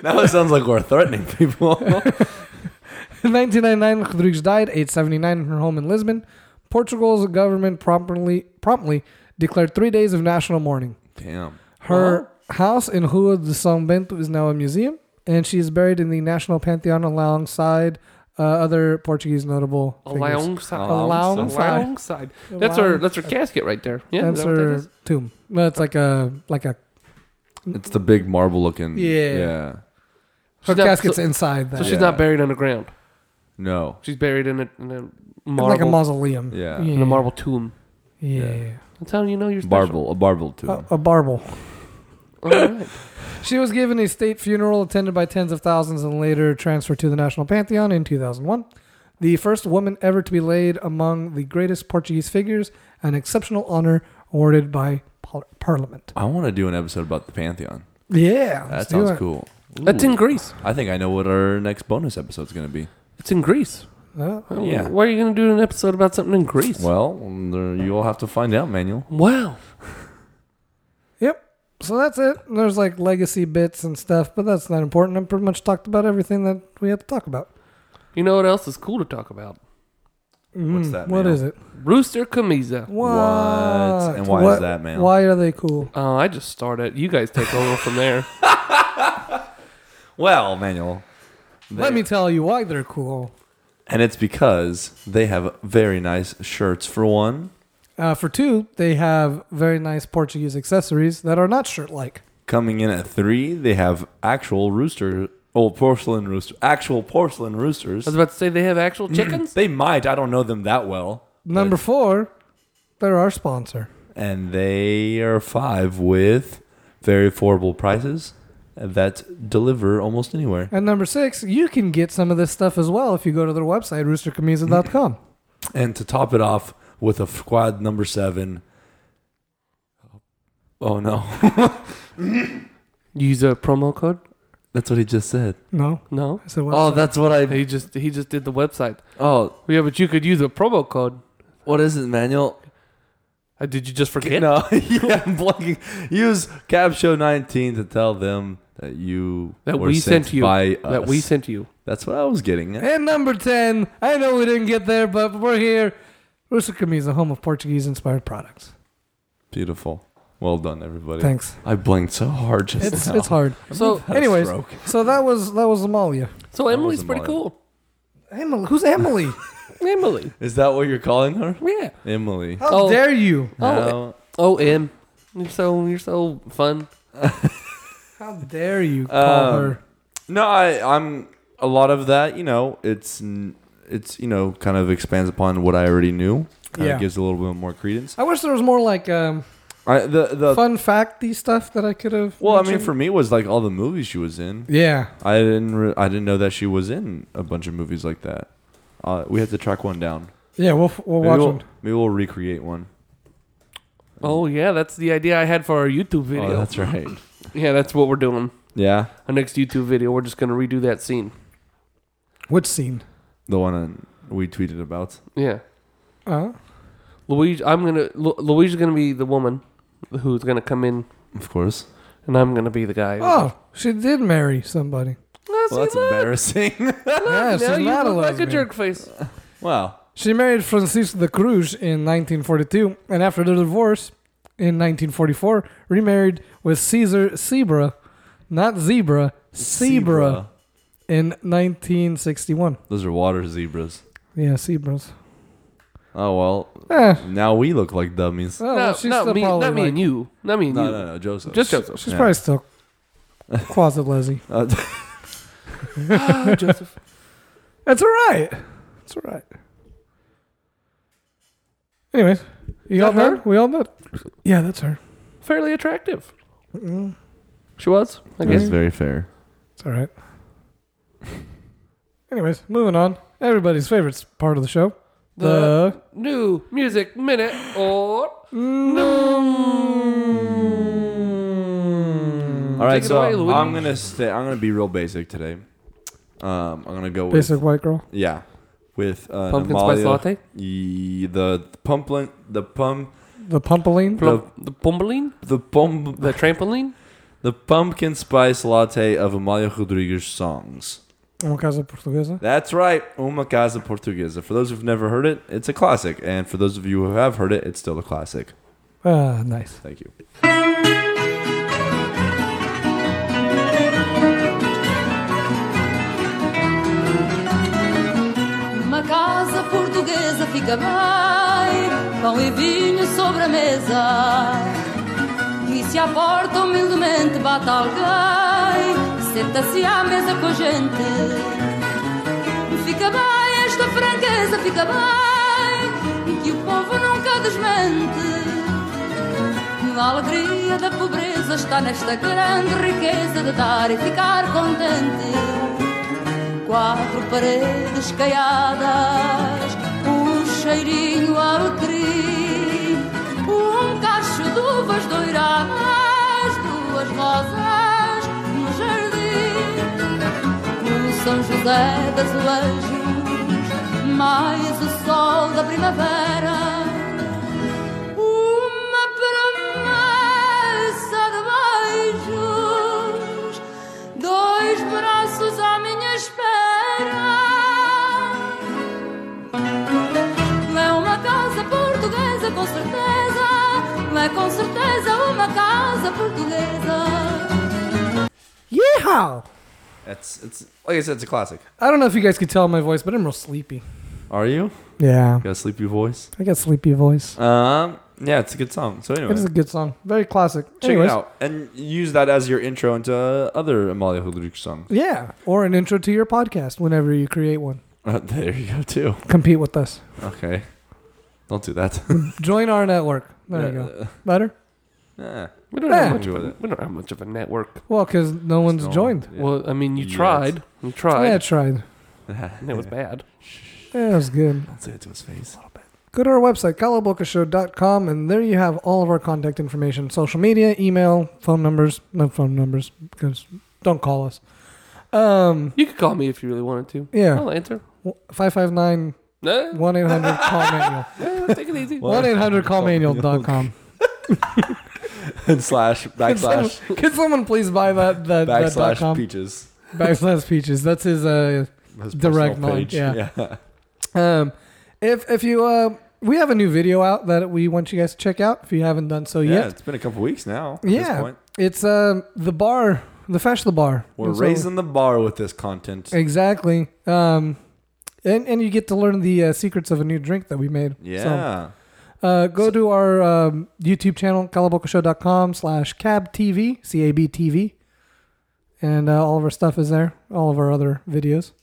[SPEAKER 1] Now it sounds like we're threatening people.
[SPEAKER 2] 1999, Rodrigues died, 879, in her home in Lisbon. Portugal's government promptly, promptly declared three days of national mourning.
[SPEAKER 1] Damn.
[SPEAKER 2] Her
[SPEAKER 3] Uh-huh.
[SPEAKER 2] house in Rua de São Bento is now a museum, and she is buried in the National Pantheon alongside uh, other Portuguese notable figures.
[SPEAKER 3] alongside,
[SPEAKER 2] Alongside.
[SPEAKER 3] alongside. Oh, um? That's her. That's her casket right there. Yeah,
[SPEAKER 2] That's
[SPEAKER 3] is that what that
[SPEAKER 2] her
[SPEAKER 3] is?
[SPEAKER 2] um tomb. No, it's like a like a
[SPEAKER 1] It's the big marble looking.
[SPEAKER 2] Yeah.
[SPEAKER 1] Yeah.
[SPEAKER 2] her
[SPEAKER 3] She's not-
[SPEAKER 2] casket's
[SPEAKER 3] so-
[SPEAKER 2] inside
[SPEAKER 3] So
[SPEAKER 2] that,
[SPEAKER 3] she's
[SPEAKER 1] Yeah.
[SPEAKER 3] not buried underground.
[SPEAKER 1] No.
[SPEAKER 3] She's buried in a, in a marble,
[SPEAKER 2] like a mausoleum.
[SPEAKER 1] Yeah.
[SPEAKER 3] in a marble tomb.
[SPEAKER 2] Yeah.
[SPEAKER 3] That's how you know you're special.
[SPEAKER 1] Barble, a barble too.
[SPEAKER 2] A, a barble.
[SPEAKER 3] All right.
[SPEAKER 2] She was given a state funeral attended by tens of thousands and later transferred to the National Pantheon in 2001. The first woman ever to be laid among the greatest Portuguese figures, an exceptional honor awarded by par- Parliament.
[SPEAKER 1] I want to do an episode about the Pantheon.
[SPEAKER 2] Yeah.
[SPEAKER 1] That
[SPEAKER 2] let's do
[SPEAKER 1] sounds
[SPEAKER 2] it.
[SPEAKER 1] cool.
[SPEAKER 3] That's in Greece.
[SPEAKER 1] I think I know what our next bonus episode's going to be.
[SPEAKER 3] It's in Greece.
[SPEAKER 2] Uh,
[SPEAKER 1] Yeah.
[SPEAKER 3] Why are you going to do an episode about something in Greece?
[SPEAKER 1] Well, there- you all have to find out, Manuel.
[SPEAKER 3] Wow.
[SPEAKER 2] yep. So that's it. There's like legacy bits and stuff, but that's not important. I pretty much talked about everything that we had to talk about.
[SPEAKER 3] You know what else is cool to talk about?
[SPEAKER 1] What's
[SPEAKER 2] Mm,
[SPEAKER 1] that,
[SPEAKER 2] What
[SPEAKER 1] man?
[SPEAKER 2] is it?
[SPEAKER 3] Rooster Camisa.
[SPEAKER 2] What?
[SPEAKER 1] And why is
[SPEAKER 2] What-
[SPEAKER 1] that, man?
[SPEAKER 3] Uh,
[SPEAKER 2] Why are they cool?
[SPEAKER 3] Oh, I just started. You guys take over from there.
[SPEAKER 1] Well, Manuel,
[SPEAKER 2] Let me tell you why they're cool.
[SPEAKER 1] and it's because they have very nice shirts for one,
[SPEAKER 2] Uh, for two, they have very nice Portuguese accessories that are not shirt-like.
[SPEAKER 1] Coming in at three, they have actual rooster, oh porcelain rooster, actual porcelain roosters.
[SPEAKER 3] I was about to say they have actual
[SPEAKER 1] Mm.
[SPEAKER 3] chickens.
[SPEAKER 1] They might. I don't know them that well.
[SPEAKER 2] Number four, they're our sponsor.
[SPEAKER 1] And they are five with very affordable prices that deliver almost anywhere.
[SPEAKER 2] And number six, you can get some of this stuff as well if you go to their website,
[SPEAKER 1] Mm.
[SPEAKER 2] roostercamisa.com.
[SPEAKER 1] And to top it off with a squad number seven. Oh no,
[SPEAKER 3] Use a promo code.
[SPEAKER 1] that's what he just said.
[SPEAKER 2] No,
[SPEAKER 3] No.
[SPEAKER 2] I said
[SPEAKER 1] Oh,
[SPEAKER 2] website.
[SPEAKER 1] that's what I.
[SPEAKER 3] He just he just did the website.
[SPEAKER 1] Oh,
[SPEAKER 3] Yeah, but you could use a promo code.
[SPEAKER 1] what is it, Manuel?
[SPEAKER 3] Uh, did you just forget?
[SPEAKER 1] No, yeah, I'm blanking. Use Show 19 to tell them that you
[SPEAKER 3] That
[SPEAKER 1] were
[SPEAKER 3] we sent you.
[SPEAKER 1] by us.
[SPEAKER 3] That we sent you.
[SPEAKER 1] That's what I was getting. at.
[SPEAKER 2] And number ten, I know we didn't get there, but we're here. Rooster Camisa, home of Portuguese-inspired products.
[SPEAKER 1] Beautiful. Well done, everybody.
[SPEAKER 2] Thanks.
[SPEAKER 1] I blinked so hard just
[SPEAKER 2] It's
[SPEAKER 1] now.
[SPEAKER 2] it's hard.
[SPEAKER 3] So
[SPEAKER 1] Had a
[SPEAKER 2] Anyways,
[SPEAKER 1] stroke.
[SPEAKER 2] so that was that was Amalia.
[SPEAKER 3] so Emily's
[SPEAKER 1] wasn't
[SPEAKER 3] pretty
[SPEAKER 1] mine.
[SPEAKER 3] cool.
[SPEAKER 2] Emily, who's Emily?
[SPEAKER 3] Emily.
[SPEAKER 1] is that what you're calling her?
[SPEAKER 3] Yeah.
[SPEAKER 1] Emily.
[SPEAKER 2] How
[SPEAKER 3] Oh.
[SPEAKER 2] dare you?
[SPEAKER 3] Oh,
[SPEAKER 1] No.
[SPEAKER 3] oh, Em. You're so you're so fun.
[SPEAKER 2] How dare you call
[SPEAKER 1] Um,
[SPEAKER 2] her?
[SPEAKER 1] No, I, I'm a lot of that. You know, it's n- it's you know kind of expands upon what I already knew. Kind
[SPEAKER 2] Yeah.
[SPEAKER 1] of gives a little bit more credence.
[SPEAKER 2] I wish there was more like um,
[SPEAKER 1] I, the the
[SPEAKER 2] fun facty stuff that I could have.
[SPEAKER 1] well, I mean,
[SPEAKER 2] mentioned.
[SPEAKER 1] for me, was like all the movies she was in.
[SPEAKER 2] yeah,
[SPEAKER 1] I didn't re- I didn't know that she was in a bunch of movies like that. Uh, we have to track one down.
[SPEAKER 2] yeah, we'll we'll
[SPEAKER 1] Maybe
[SPEAKER 2] watch
[SPEAKER 1] we'll,
[SPEAKER 2] them.
[SPEAKER 1] maybe we'll recreate one.
[SPEAKER 3] Oh yeah, that's the idea I had for our YouTube video.
[SPEAKER 1] Oh, that's right.
[SPEAKER 3] yeah, that's what we're doing.
[SPEAKER 1] yeah,
[SPEAKER 3] Our next YouTube video, we're just gonna redo that scene.
[SPEAKER 2] Which scene?
[SPEAKER 1] the one we tweeted about.
[SPEAKER 3] Yeah,
[SPEAKER 2] Uh,
[SPEAKER 3] Louise. I'm gonna Lu- Louise is gonna be the woman who's gonna come in,
[SPEAKER 1] Of course.
[SPEAKER 3] and I'm gonna be the guy.
[SPEAKER 2] oh, she did marry somebody.
[SPEAKER 3] Oh, see,
[SPEAKER 1] Well, that's
[SPEAKER 3] look,
[SPEAKER 1] embarrassing.
[SPEAKER 3] look,
[SPEAKER 2] Yeah, she's
[SPEAKER 3] now you
[SPEAKER 2] not a
[SPEAKER 3] look like a
[SPEAKER 2] lesbian.
[SPEAKER 3] jerk face.
[SPEAKER 1] Oh, wow.
[SPEAKER 2] She married Francisco de Cruz in 1942, and after their divorce in 1944, remarried with Caesar Sebra, not Zebra, Sebra, in 1961.
[SPEAKER 1] Those are water zebras.
[SPEAKER 2] Yeah, Sebras.
[SPEAKER 1] Oh well.
[SPEAKER 2] Eh.
[SPEAKER 1] Now we look like dummies.
[SPEAKER 2] Oh, well,
[SPEAKER 3] no,
[SPEAKER 2] she's
[SPEAKER 3] not
[SPEAKER 2] still
[SPEAKER 3] me, not
[SPEAKER 2] probably
[SPEAKER 3] me
[SPEAKER 2] like-
[SPEAKER 3] and you, not me and
[SPEAKER 1] No,
[SPEAKER 3] you.
[SPEAKER 1] no, no, Joseph.
[SPEAKER 3] Just Joseph.
[SPEAKER 2] She's
[SPEAKER 1] Yeah.
[SPEAKER 2] probably still closet Leslie.
[SPEAKER 1] Uh,
[SPEAKER 3] Ah, Joseph.
[SPEAKER 2] That's all right. That's all right. Anyways, you all
[SPEAKER 3] that her?
[SPEAKER 2] done? We all done? Yeah, that's her.
[SPEAKER 3] Fairly attractive.
[SPEAKER 2] Mm,
[SPEAKER 3] She was, I
[SPEAKER 1] that's
[SPEAKER 3] guess.
[SPEAKER 1] very fair.
[SPEAKER 2] It's all right. Anyways, moving on. Everybody's favorite s- part of the show. The,
[SPEAKER 3] New music minute or
[SPEAKER 1] All right,
[SPEAKER 3] Mm. Take it
[SPEAKER 1] so
[SPEAKER 3] away, Luigi.
[SPEAKER 1] I'm gonna stay. I'm gonna be real basic today. Um, I'm gonna go with
[SPEAKER 2] basic white girl.
[SPEAKER 1] yeah, with uh,
[SPEAKER 3] pumpkin
[SPEAKER 1] Namalia.
[SPEAKER 3] spice latte.
[SPEAKER 1] Ye- the pumpkin, the pump,
[SPEAKER 2] The pumpeline.
[SPEAKER 3] Plum, the pumbaline,
[SPEAKER 1] the pump,
[SPEAKER 3] the trampoline.
[SPEAKER 1] the pumpkin spice latte of Amalia Rodriguez songs.
[SPEAKER 2] Uma casa portuguesa.
[SPEAKER 1] That's right, Uma Casa Portuguesa. For those who've never heard it, it's a classic, and for those of you who have heard it, it's still a classic.
[SPEAKER 2] Ah, nice.
[SPEAKER 1] Thank you.
[SPEAKER 4] Uma casa portuguesa fica bem, pão e vinho sobre a mesa. E se à porta humildemente bate alguém, senta-se à mesa com a gente. Fica bem esta franqueza, fica bem, que o povo nunca desmente. A alegria da pobreza está nesta grande riqueza de dar e ficar contente quatro paredes caiadas, um cheirinho a alecrim, um cacho de uvas douradas, duas rosas no jardim, o São José das Azulejos, mais o sol da primavera. Uma promessa de beijos, dois braços à minha espera. É uma casa portuguesa, com certeza. É com certeza uma casa portuguesa.
[SPEAKER 2] Yeehaw!
[SPEAKER 1] It's it's like I said, it's a classic.
[SPEAKER 2] I don't know if you guys could tell my voice, but I'm real sleepy.
[SPEAKER 1] Are you?
[SPEAKER 2] Yeah,
[SPEAKER 1] Got a sleepy voice.
[SPEAKER 2] I got sleepy voice.
[SPEAKER 1] Um, yeah, it's a good song. So anyway,
[SPEAKER 2] It is a good song, very classic.
[SPEAKER 1] check
[SPEAKER 2] Anyways,
[SPEAKER 1] it out and use that as your intro into uh, other Amalia Huludic songs.
[SPEAKER 2] Yeah, or an intro to your podcast whenever you create one.
[SPEAKER 1] Uh, there you go too.
[SPEAKER 2] Compete with us.
[SPEAKER 1] Okay, don't do that.
[SPEAKER 2] Join our network. There you go. Better.
[SPEAKER 1] Yeah.
[SPEAKER 3] We don't,
[SPEAKER 2] Yeah.
[SPEAKER 3] have much of
[SPEAKER 1] Eh. Enjoy
[SPEAKER 3] a, we don't have much of a network.
[SPEAKER 2] Well, because no one's
[SPEAKER 1] no-
[SPEAKER 2] joined.
[SPEAKER 1] yeah.
[SPEAKER 3] Well, I mean, you
[SPEAKER 1] Yes.
[SPEAKER 3] tried. You tried.
[SPEAKER 2] Yeah, I tried.
[SPEAKER 3] and it was bad.
[SPEAKER 2] Yeah, it was good.
[SPEAKER 1] Don't say it to his face.
[SPEAKER 2] Go to our website, calabocashow.com, and there you have all of our contact information social media, email, phone numbers. No phone numbers, because don't call us. Um,
[SPEAKER 3] You could call me if you really wanted to.
[SPEAKER 2] yeah,
[SPEAKER 3] I'll answer.
[SPEAKER 2] 559
[SPEAKER 3] No,
[SPEAKER 2] 1 800 call manual.
[SPEAKER 3] take it easy.
[SPEAKER 2] 1 800 call manual.com.
[SPEAKER 1] And slash
[SPEAKER 2] Could someone,
[SPEAKER 1] backslash
[SPEAKER 2] could someone please buy that? that, that dot
[SPEAKER 1] backslash
[SPEAKER 2] com?
[SPEAKER 1] peaches.
[SPEAKER 2] Backslash peaches. That's his. Uh,
[SPEAKER 1] His
[SPEAKER 2] Direct
[SPEAKER 1] personal
[SPEAKER 2] line, yeah.
[SPEAKER 1] yeah.
[SPEAKER 2] um, if if you uh, we have a new video out that we want you guys to check out if you haven't done so
[SPEAKER 1] Yeah,
[SPEAKER 2] yet.
[SPEAKER 1] it's been a couple weeks now. At this
[SPEAKER 2] Yeah,
[SPEAKER 1] point.
[SPEAKER 2] it's um the bar, the fashion the bar.
[SPEAKER 1] We're
[SPEAKER 2] And so-
[SPEAKER 1] raising the bar with this content.
[SPEAKER 2] exactly. Um, and and you get to learn the uh, secrets of a new drink that we made.
[SPEAKER 1] Yeah.
[SPEAKER 2] So, uh, go to our um, YouTube channel calabocashow.com slash cab TV C A B TV, and uh, all of our stuff is there. All of our other videos.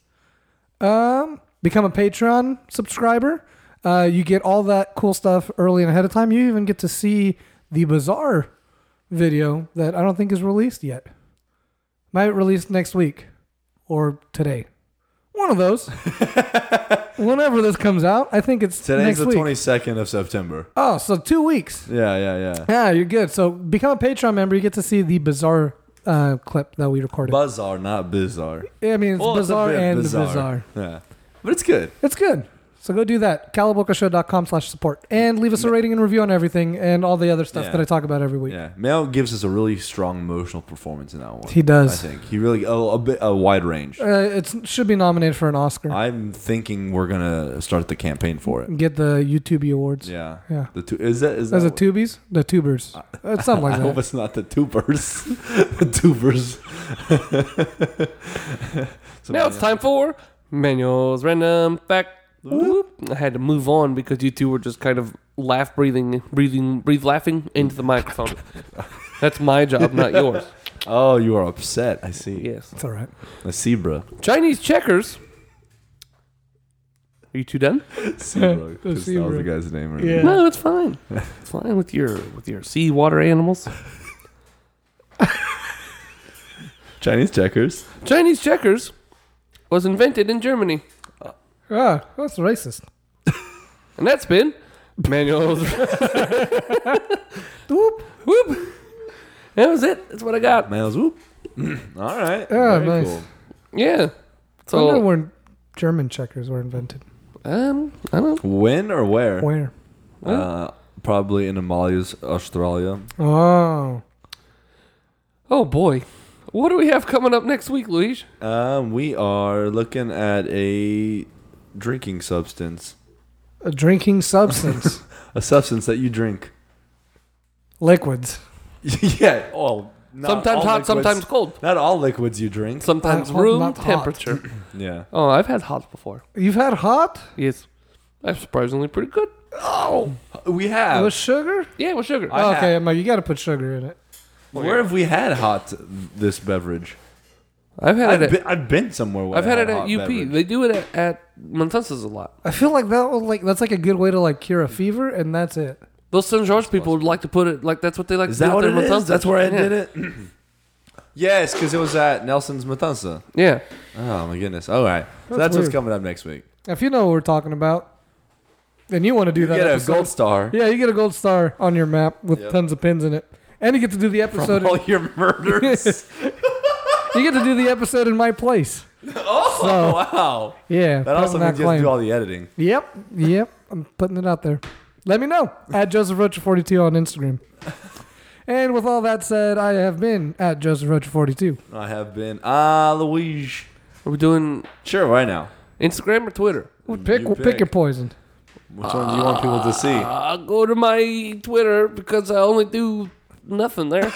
[SPEAKER 2] Um, become a Patreon subscriber. Uh, you get all that cool stuff early and ahead of time. You even get to see the bizarre video that I don't think is released yet. Might release next week or today. One of those. Whenever this comes out, I think it's
[SPEAKER 1] Today's
[SPEAKER 2] next
[SPEAKER 1] the
[SPEAKER 2] week.
[SPEAKER 1] twenty second of September.
[SPEAKER 2] Oh, so two weeks.
[SPEAKER 1] Yeah, yeah, yeah.
[SPEAKER 2] Yeah, you're good. So become a Patreon member. You get to see the bizarre uh, clip that we recorded.
[SPEAKER 1] Bizarre, not bizarre.
[SPEAKER 2] I mean, it's
[SPEAKER 1] Well, it's a
[SPEAKER 2] bizarre
[SPEAKER 1] bit
[SPEAKER 2] and
[SPEAKER 1] bizarre.
[SPEAKER 2] bizarre.
[SPEAKER 1] Yeah, but it's good.
[SPEAKER 2] It's good. So go do that. Calabocashow.com slash support. And leave us a rating and review on everything and all the other stuff
[SPEAKER 1] Yeah.
[SPEAKER 2] that I talk about every week.
[SPEAKER 1] Yeah, Mel gives us a really strong emotional performance in that one.
[SPEAKER 2] He does.
[SPEAKER 1] I think he really a, a bit a wide range.
[SPEAKER 2] Uh, it should be nominated for an Oscar.
[SPEAKER 1] I'm thinking we're gonna start the campaign for it.
[SPEAKER 2] Get the YouTube awards.
[SPEAKER 1] Yeah,
[SPEAKER 2] Yeah.
[SPEAKER 1] The two is that is
[SPEAKER 2] As
[SPEAKER 1] that
[SPEAKER 2] a tubies? The tubers. Uh, something
[SPEAKER 1] I
[SPEAKER 2] like
[SPEAKER 1] hope
[SPEAKER 2] that.
[SPEAKER 1] it's not the tubers. the tubers. so
[SPEAKER 3] Now it's time for Manuel's Random Fact. Whoop. I had to move on because you two were just kind of laugh breathing, breathing, breathe laughing into the microphone. That's my job, not yours.
[SPEAKER 1] Oh, you are upset. I see.
[SPEAKER 3] Yes.
[SPEAKER 2] It's all right.
[SPEAKER 1] A zebra.
[SPEAKER 3] Chinese checkers. Are you two done?
[SPEAKER 1] Zebra.
[SPEAKER 2] The
[SPEAKER 1] Just- That was the
[SPEAKER 2] zebra.
[SPEAKER 1] guy's name. Right?
[SPEAKER 2] Yeah.
[SPEAKER 3] No, it's fine. It's fine with your with your seawater animals.
[SPEAKER 1] Chinese checkers.
[SPEAKER 3] Chinese checkers was invented in Germany,
[SPEAKER 2] Ah, that's racist.
[SPEAKER 3] and that's been Manuel's.
[SPEAKER 2] Whoop.
[SPEAKER 3] Whoop. That was it. That's what I got.
[SPEAKER 1] Miles. Whoop. All right.
[SPEAKER 2] Yeah,
[SPEAKER 1] Very
[SPEAKER 2] nice.
[SPEAKER 1] cool.
[SPEAKER 3] Yeah.
[SPEAKER 2] I wonder
[SPEAKER 3] So
[SPEAKER 2] when German checkers were invented.
[SPEAKER 3] um, I don't.
[SPEAKER 1] When or where?
[SPEAKER 2] Where?
[SPEAKER 1] Uh, probably in Amalia's Australia.
[SPEAKER 2] Oh.
[SPEAKER 3] Oh boy. What do we have coming up next week, Luis?
[SPEAKER 1] Um, we are looking at a drinking substance,
[SPEAKER 2] A drinking substance.
[SPEAKER 1] a substance that you drink.
[SPEAKER 2] Liquids.
[SPEAKER 1] yeah. Well, not
[SPEAKER 3] Sometimes
[SPEAKER 1] all
[SPEAKER 3] hot,
[SPEAKER 1] liquids-
[SPEAKER 3] sometimes cold.
[SPEAKER 1] Not all liquids you drink.
[SPEAKER 3] Sometimes
[SPEAKER 2] Not hot,
[SPEAKER 3] room
[SPEAKER 2] not hot.
[SPEAKER 3] temperature.
[SPEAKER 1] Yeah.
[SPEAKER 3] Oh, I've had hot before.
[SPEAKER 2] You've had hot?
[SPEAKER 3] Yes. That's surprisingly pretty good. Oh.
[SPEAKER 1] We have.
[SPEAKER 2] With sugar?
[SPEAKER 3] Yeah, with sugar.
[SPEAKER 1] I
[SPEAKER 2] okay,
[SPEAKER 1] have.
[SPEAKER 2] Mike, you got to put sugar in it.
[SPEAKER 1] Where have we had hot this beverage?
[SPEAKER 3] I've had
[SPEAKER 1] I've
[SPEAKER 3] it at,
[SPEAKER 1] been, I've been somewhere. Where
[SPEAKER 3] I've had
[SPEAKER 1] I
[SPEAKER 3] it at
[SPEAKER 1] hot
[SPEAKER 3] UP.
[SPEAKER 1] beverage.
[SPEAKER 3] They do it at, at Montanza's a lot.
[SPEAKER 2] I feel like that was like that's like a good way to like cure a fever, and that's it.
[SPEAKER 3] Those St. George people would like to put it like that's what they like
[SPEAKER 1] Is
[SPEAKER 3] to
[SPEAKER 1] that
[SPEAKER 3] do at
[SPEAKER 1] what
[SPEAKER 3] their
[SPEAKER 1] it is?
[SPEAKER 3] Matanzas.
[SPEAKER 1] That's where I
[SPEAKER 3] yeah.
[SPEAKER 1] did it. yes, because it was at Nelson's Matanza.
[SPEAKER 3] Yeah.
[SPEAKER 1] Oh my goodness! All right, so that's
[SPEAKER 2] That's
[SPEAKER 1] what's
[SPEAKER 2] weird.
[SPEAKER 1] coming up next week.
[SPEAKER 2] If you know what we're talking about, and you want to do that,
[SPEAKER 1] Get a
[SPEAKER 2] episode-
[SPEAKER 1] gold star.
[SPEAKER 2] yeah, you get a gold star on your map with
[SPEAKER 1] Yep.
[SPEAKER 2] tons of pins in it, and you get to do the episode.
[SPEAKER 1] All your murders.
[SPEAKER 2] you get to do the episode in my place. Oh
[SPEAKER 1] wow.
[SPEAKER 2] yeah,
[SPEAKER 1] That also
[SPEAKER 2] putting
[SPEAKER 1] means you have
[SPEAKER 2] claim.
[SPEAKER 1] to do all the editing.
[SPEAKER 2] Yep, yep. I'm putting it out there. Let me know at Joseph Roach 42 on Instagram. And with all that said, I have been at Joseph Roach 42.
[SPEAKER 1] I have been ah Luigi.
[SPEAKER 3] Are we doing
[SPEAKER 1] Sure, right now.
[SPEAKER 3] Instagram or Twitter?
[SPEAKER 2] Pick,
[SPEAKER 1] You
[SPEAKER 2] pick. your poison.
[SPEAKER 1] Which one do you want people to see?
[SPEAKER 3] Uh, go to my Twitter because I only do nothing there.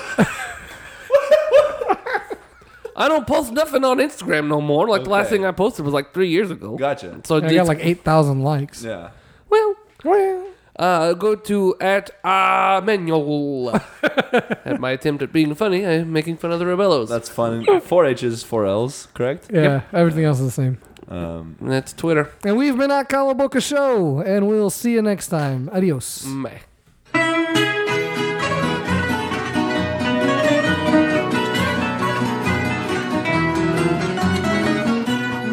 [SPEAKER 3] I don't post nothing on Instagram no more. Like the last
[SPEAKER 1] Okay.
[SPEAKER 3] thing I posted was like three years ago.
[SPEAKER 1] Gotcha.
[SPEAKER 3] So
[SPEAKER 2] I got like 8,000 likes.
[SPEAKER 1] Yeah.
[SPEAKER 3] well,
[SPEAKER 2] Well,
[SPEAKER 3] uh, go to at Amenyol. at my attempt at being funny, I'm making fun of the Rebellos.
[SPEAKER 1] That's fun. Four H's, four L's, correct?
[SPEAKER 2] yeah, everything else is the same.
[SPEAKER 1] Um,
[SPEAKER 3] And that's Twitter.
[SPEAKER 2] And we've been at Calaboca Show, and we'll see you next time. Adios.
[SPEAKER 3] Meh.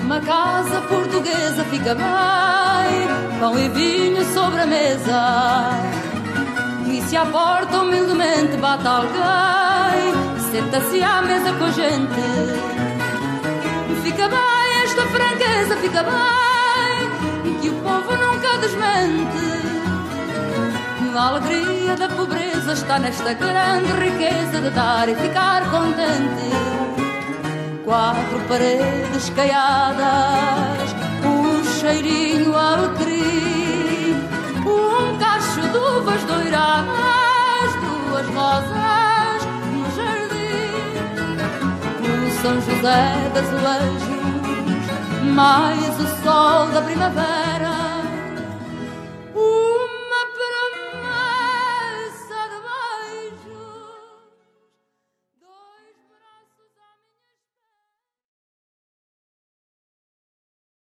[SPEAKER 4] Uma casa portuguesa fica bem, pão e vinho sobre a mesa. E se à porta humildemente bate alguém, senta-se à mesa com a gente. Fica bem esta franqueza, fica bem, que o povo nunca desmente. A alegria da pobreza está nesta grande riqueza de dar e ficar contente quatro paredes caiadas, um cheirinho a alecrim, um cacho de uvas douradas, duas rosas no jardim, o São José das Azulejos, mais o sol da primavera.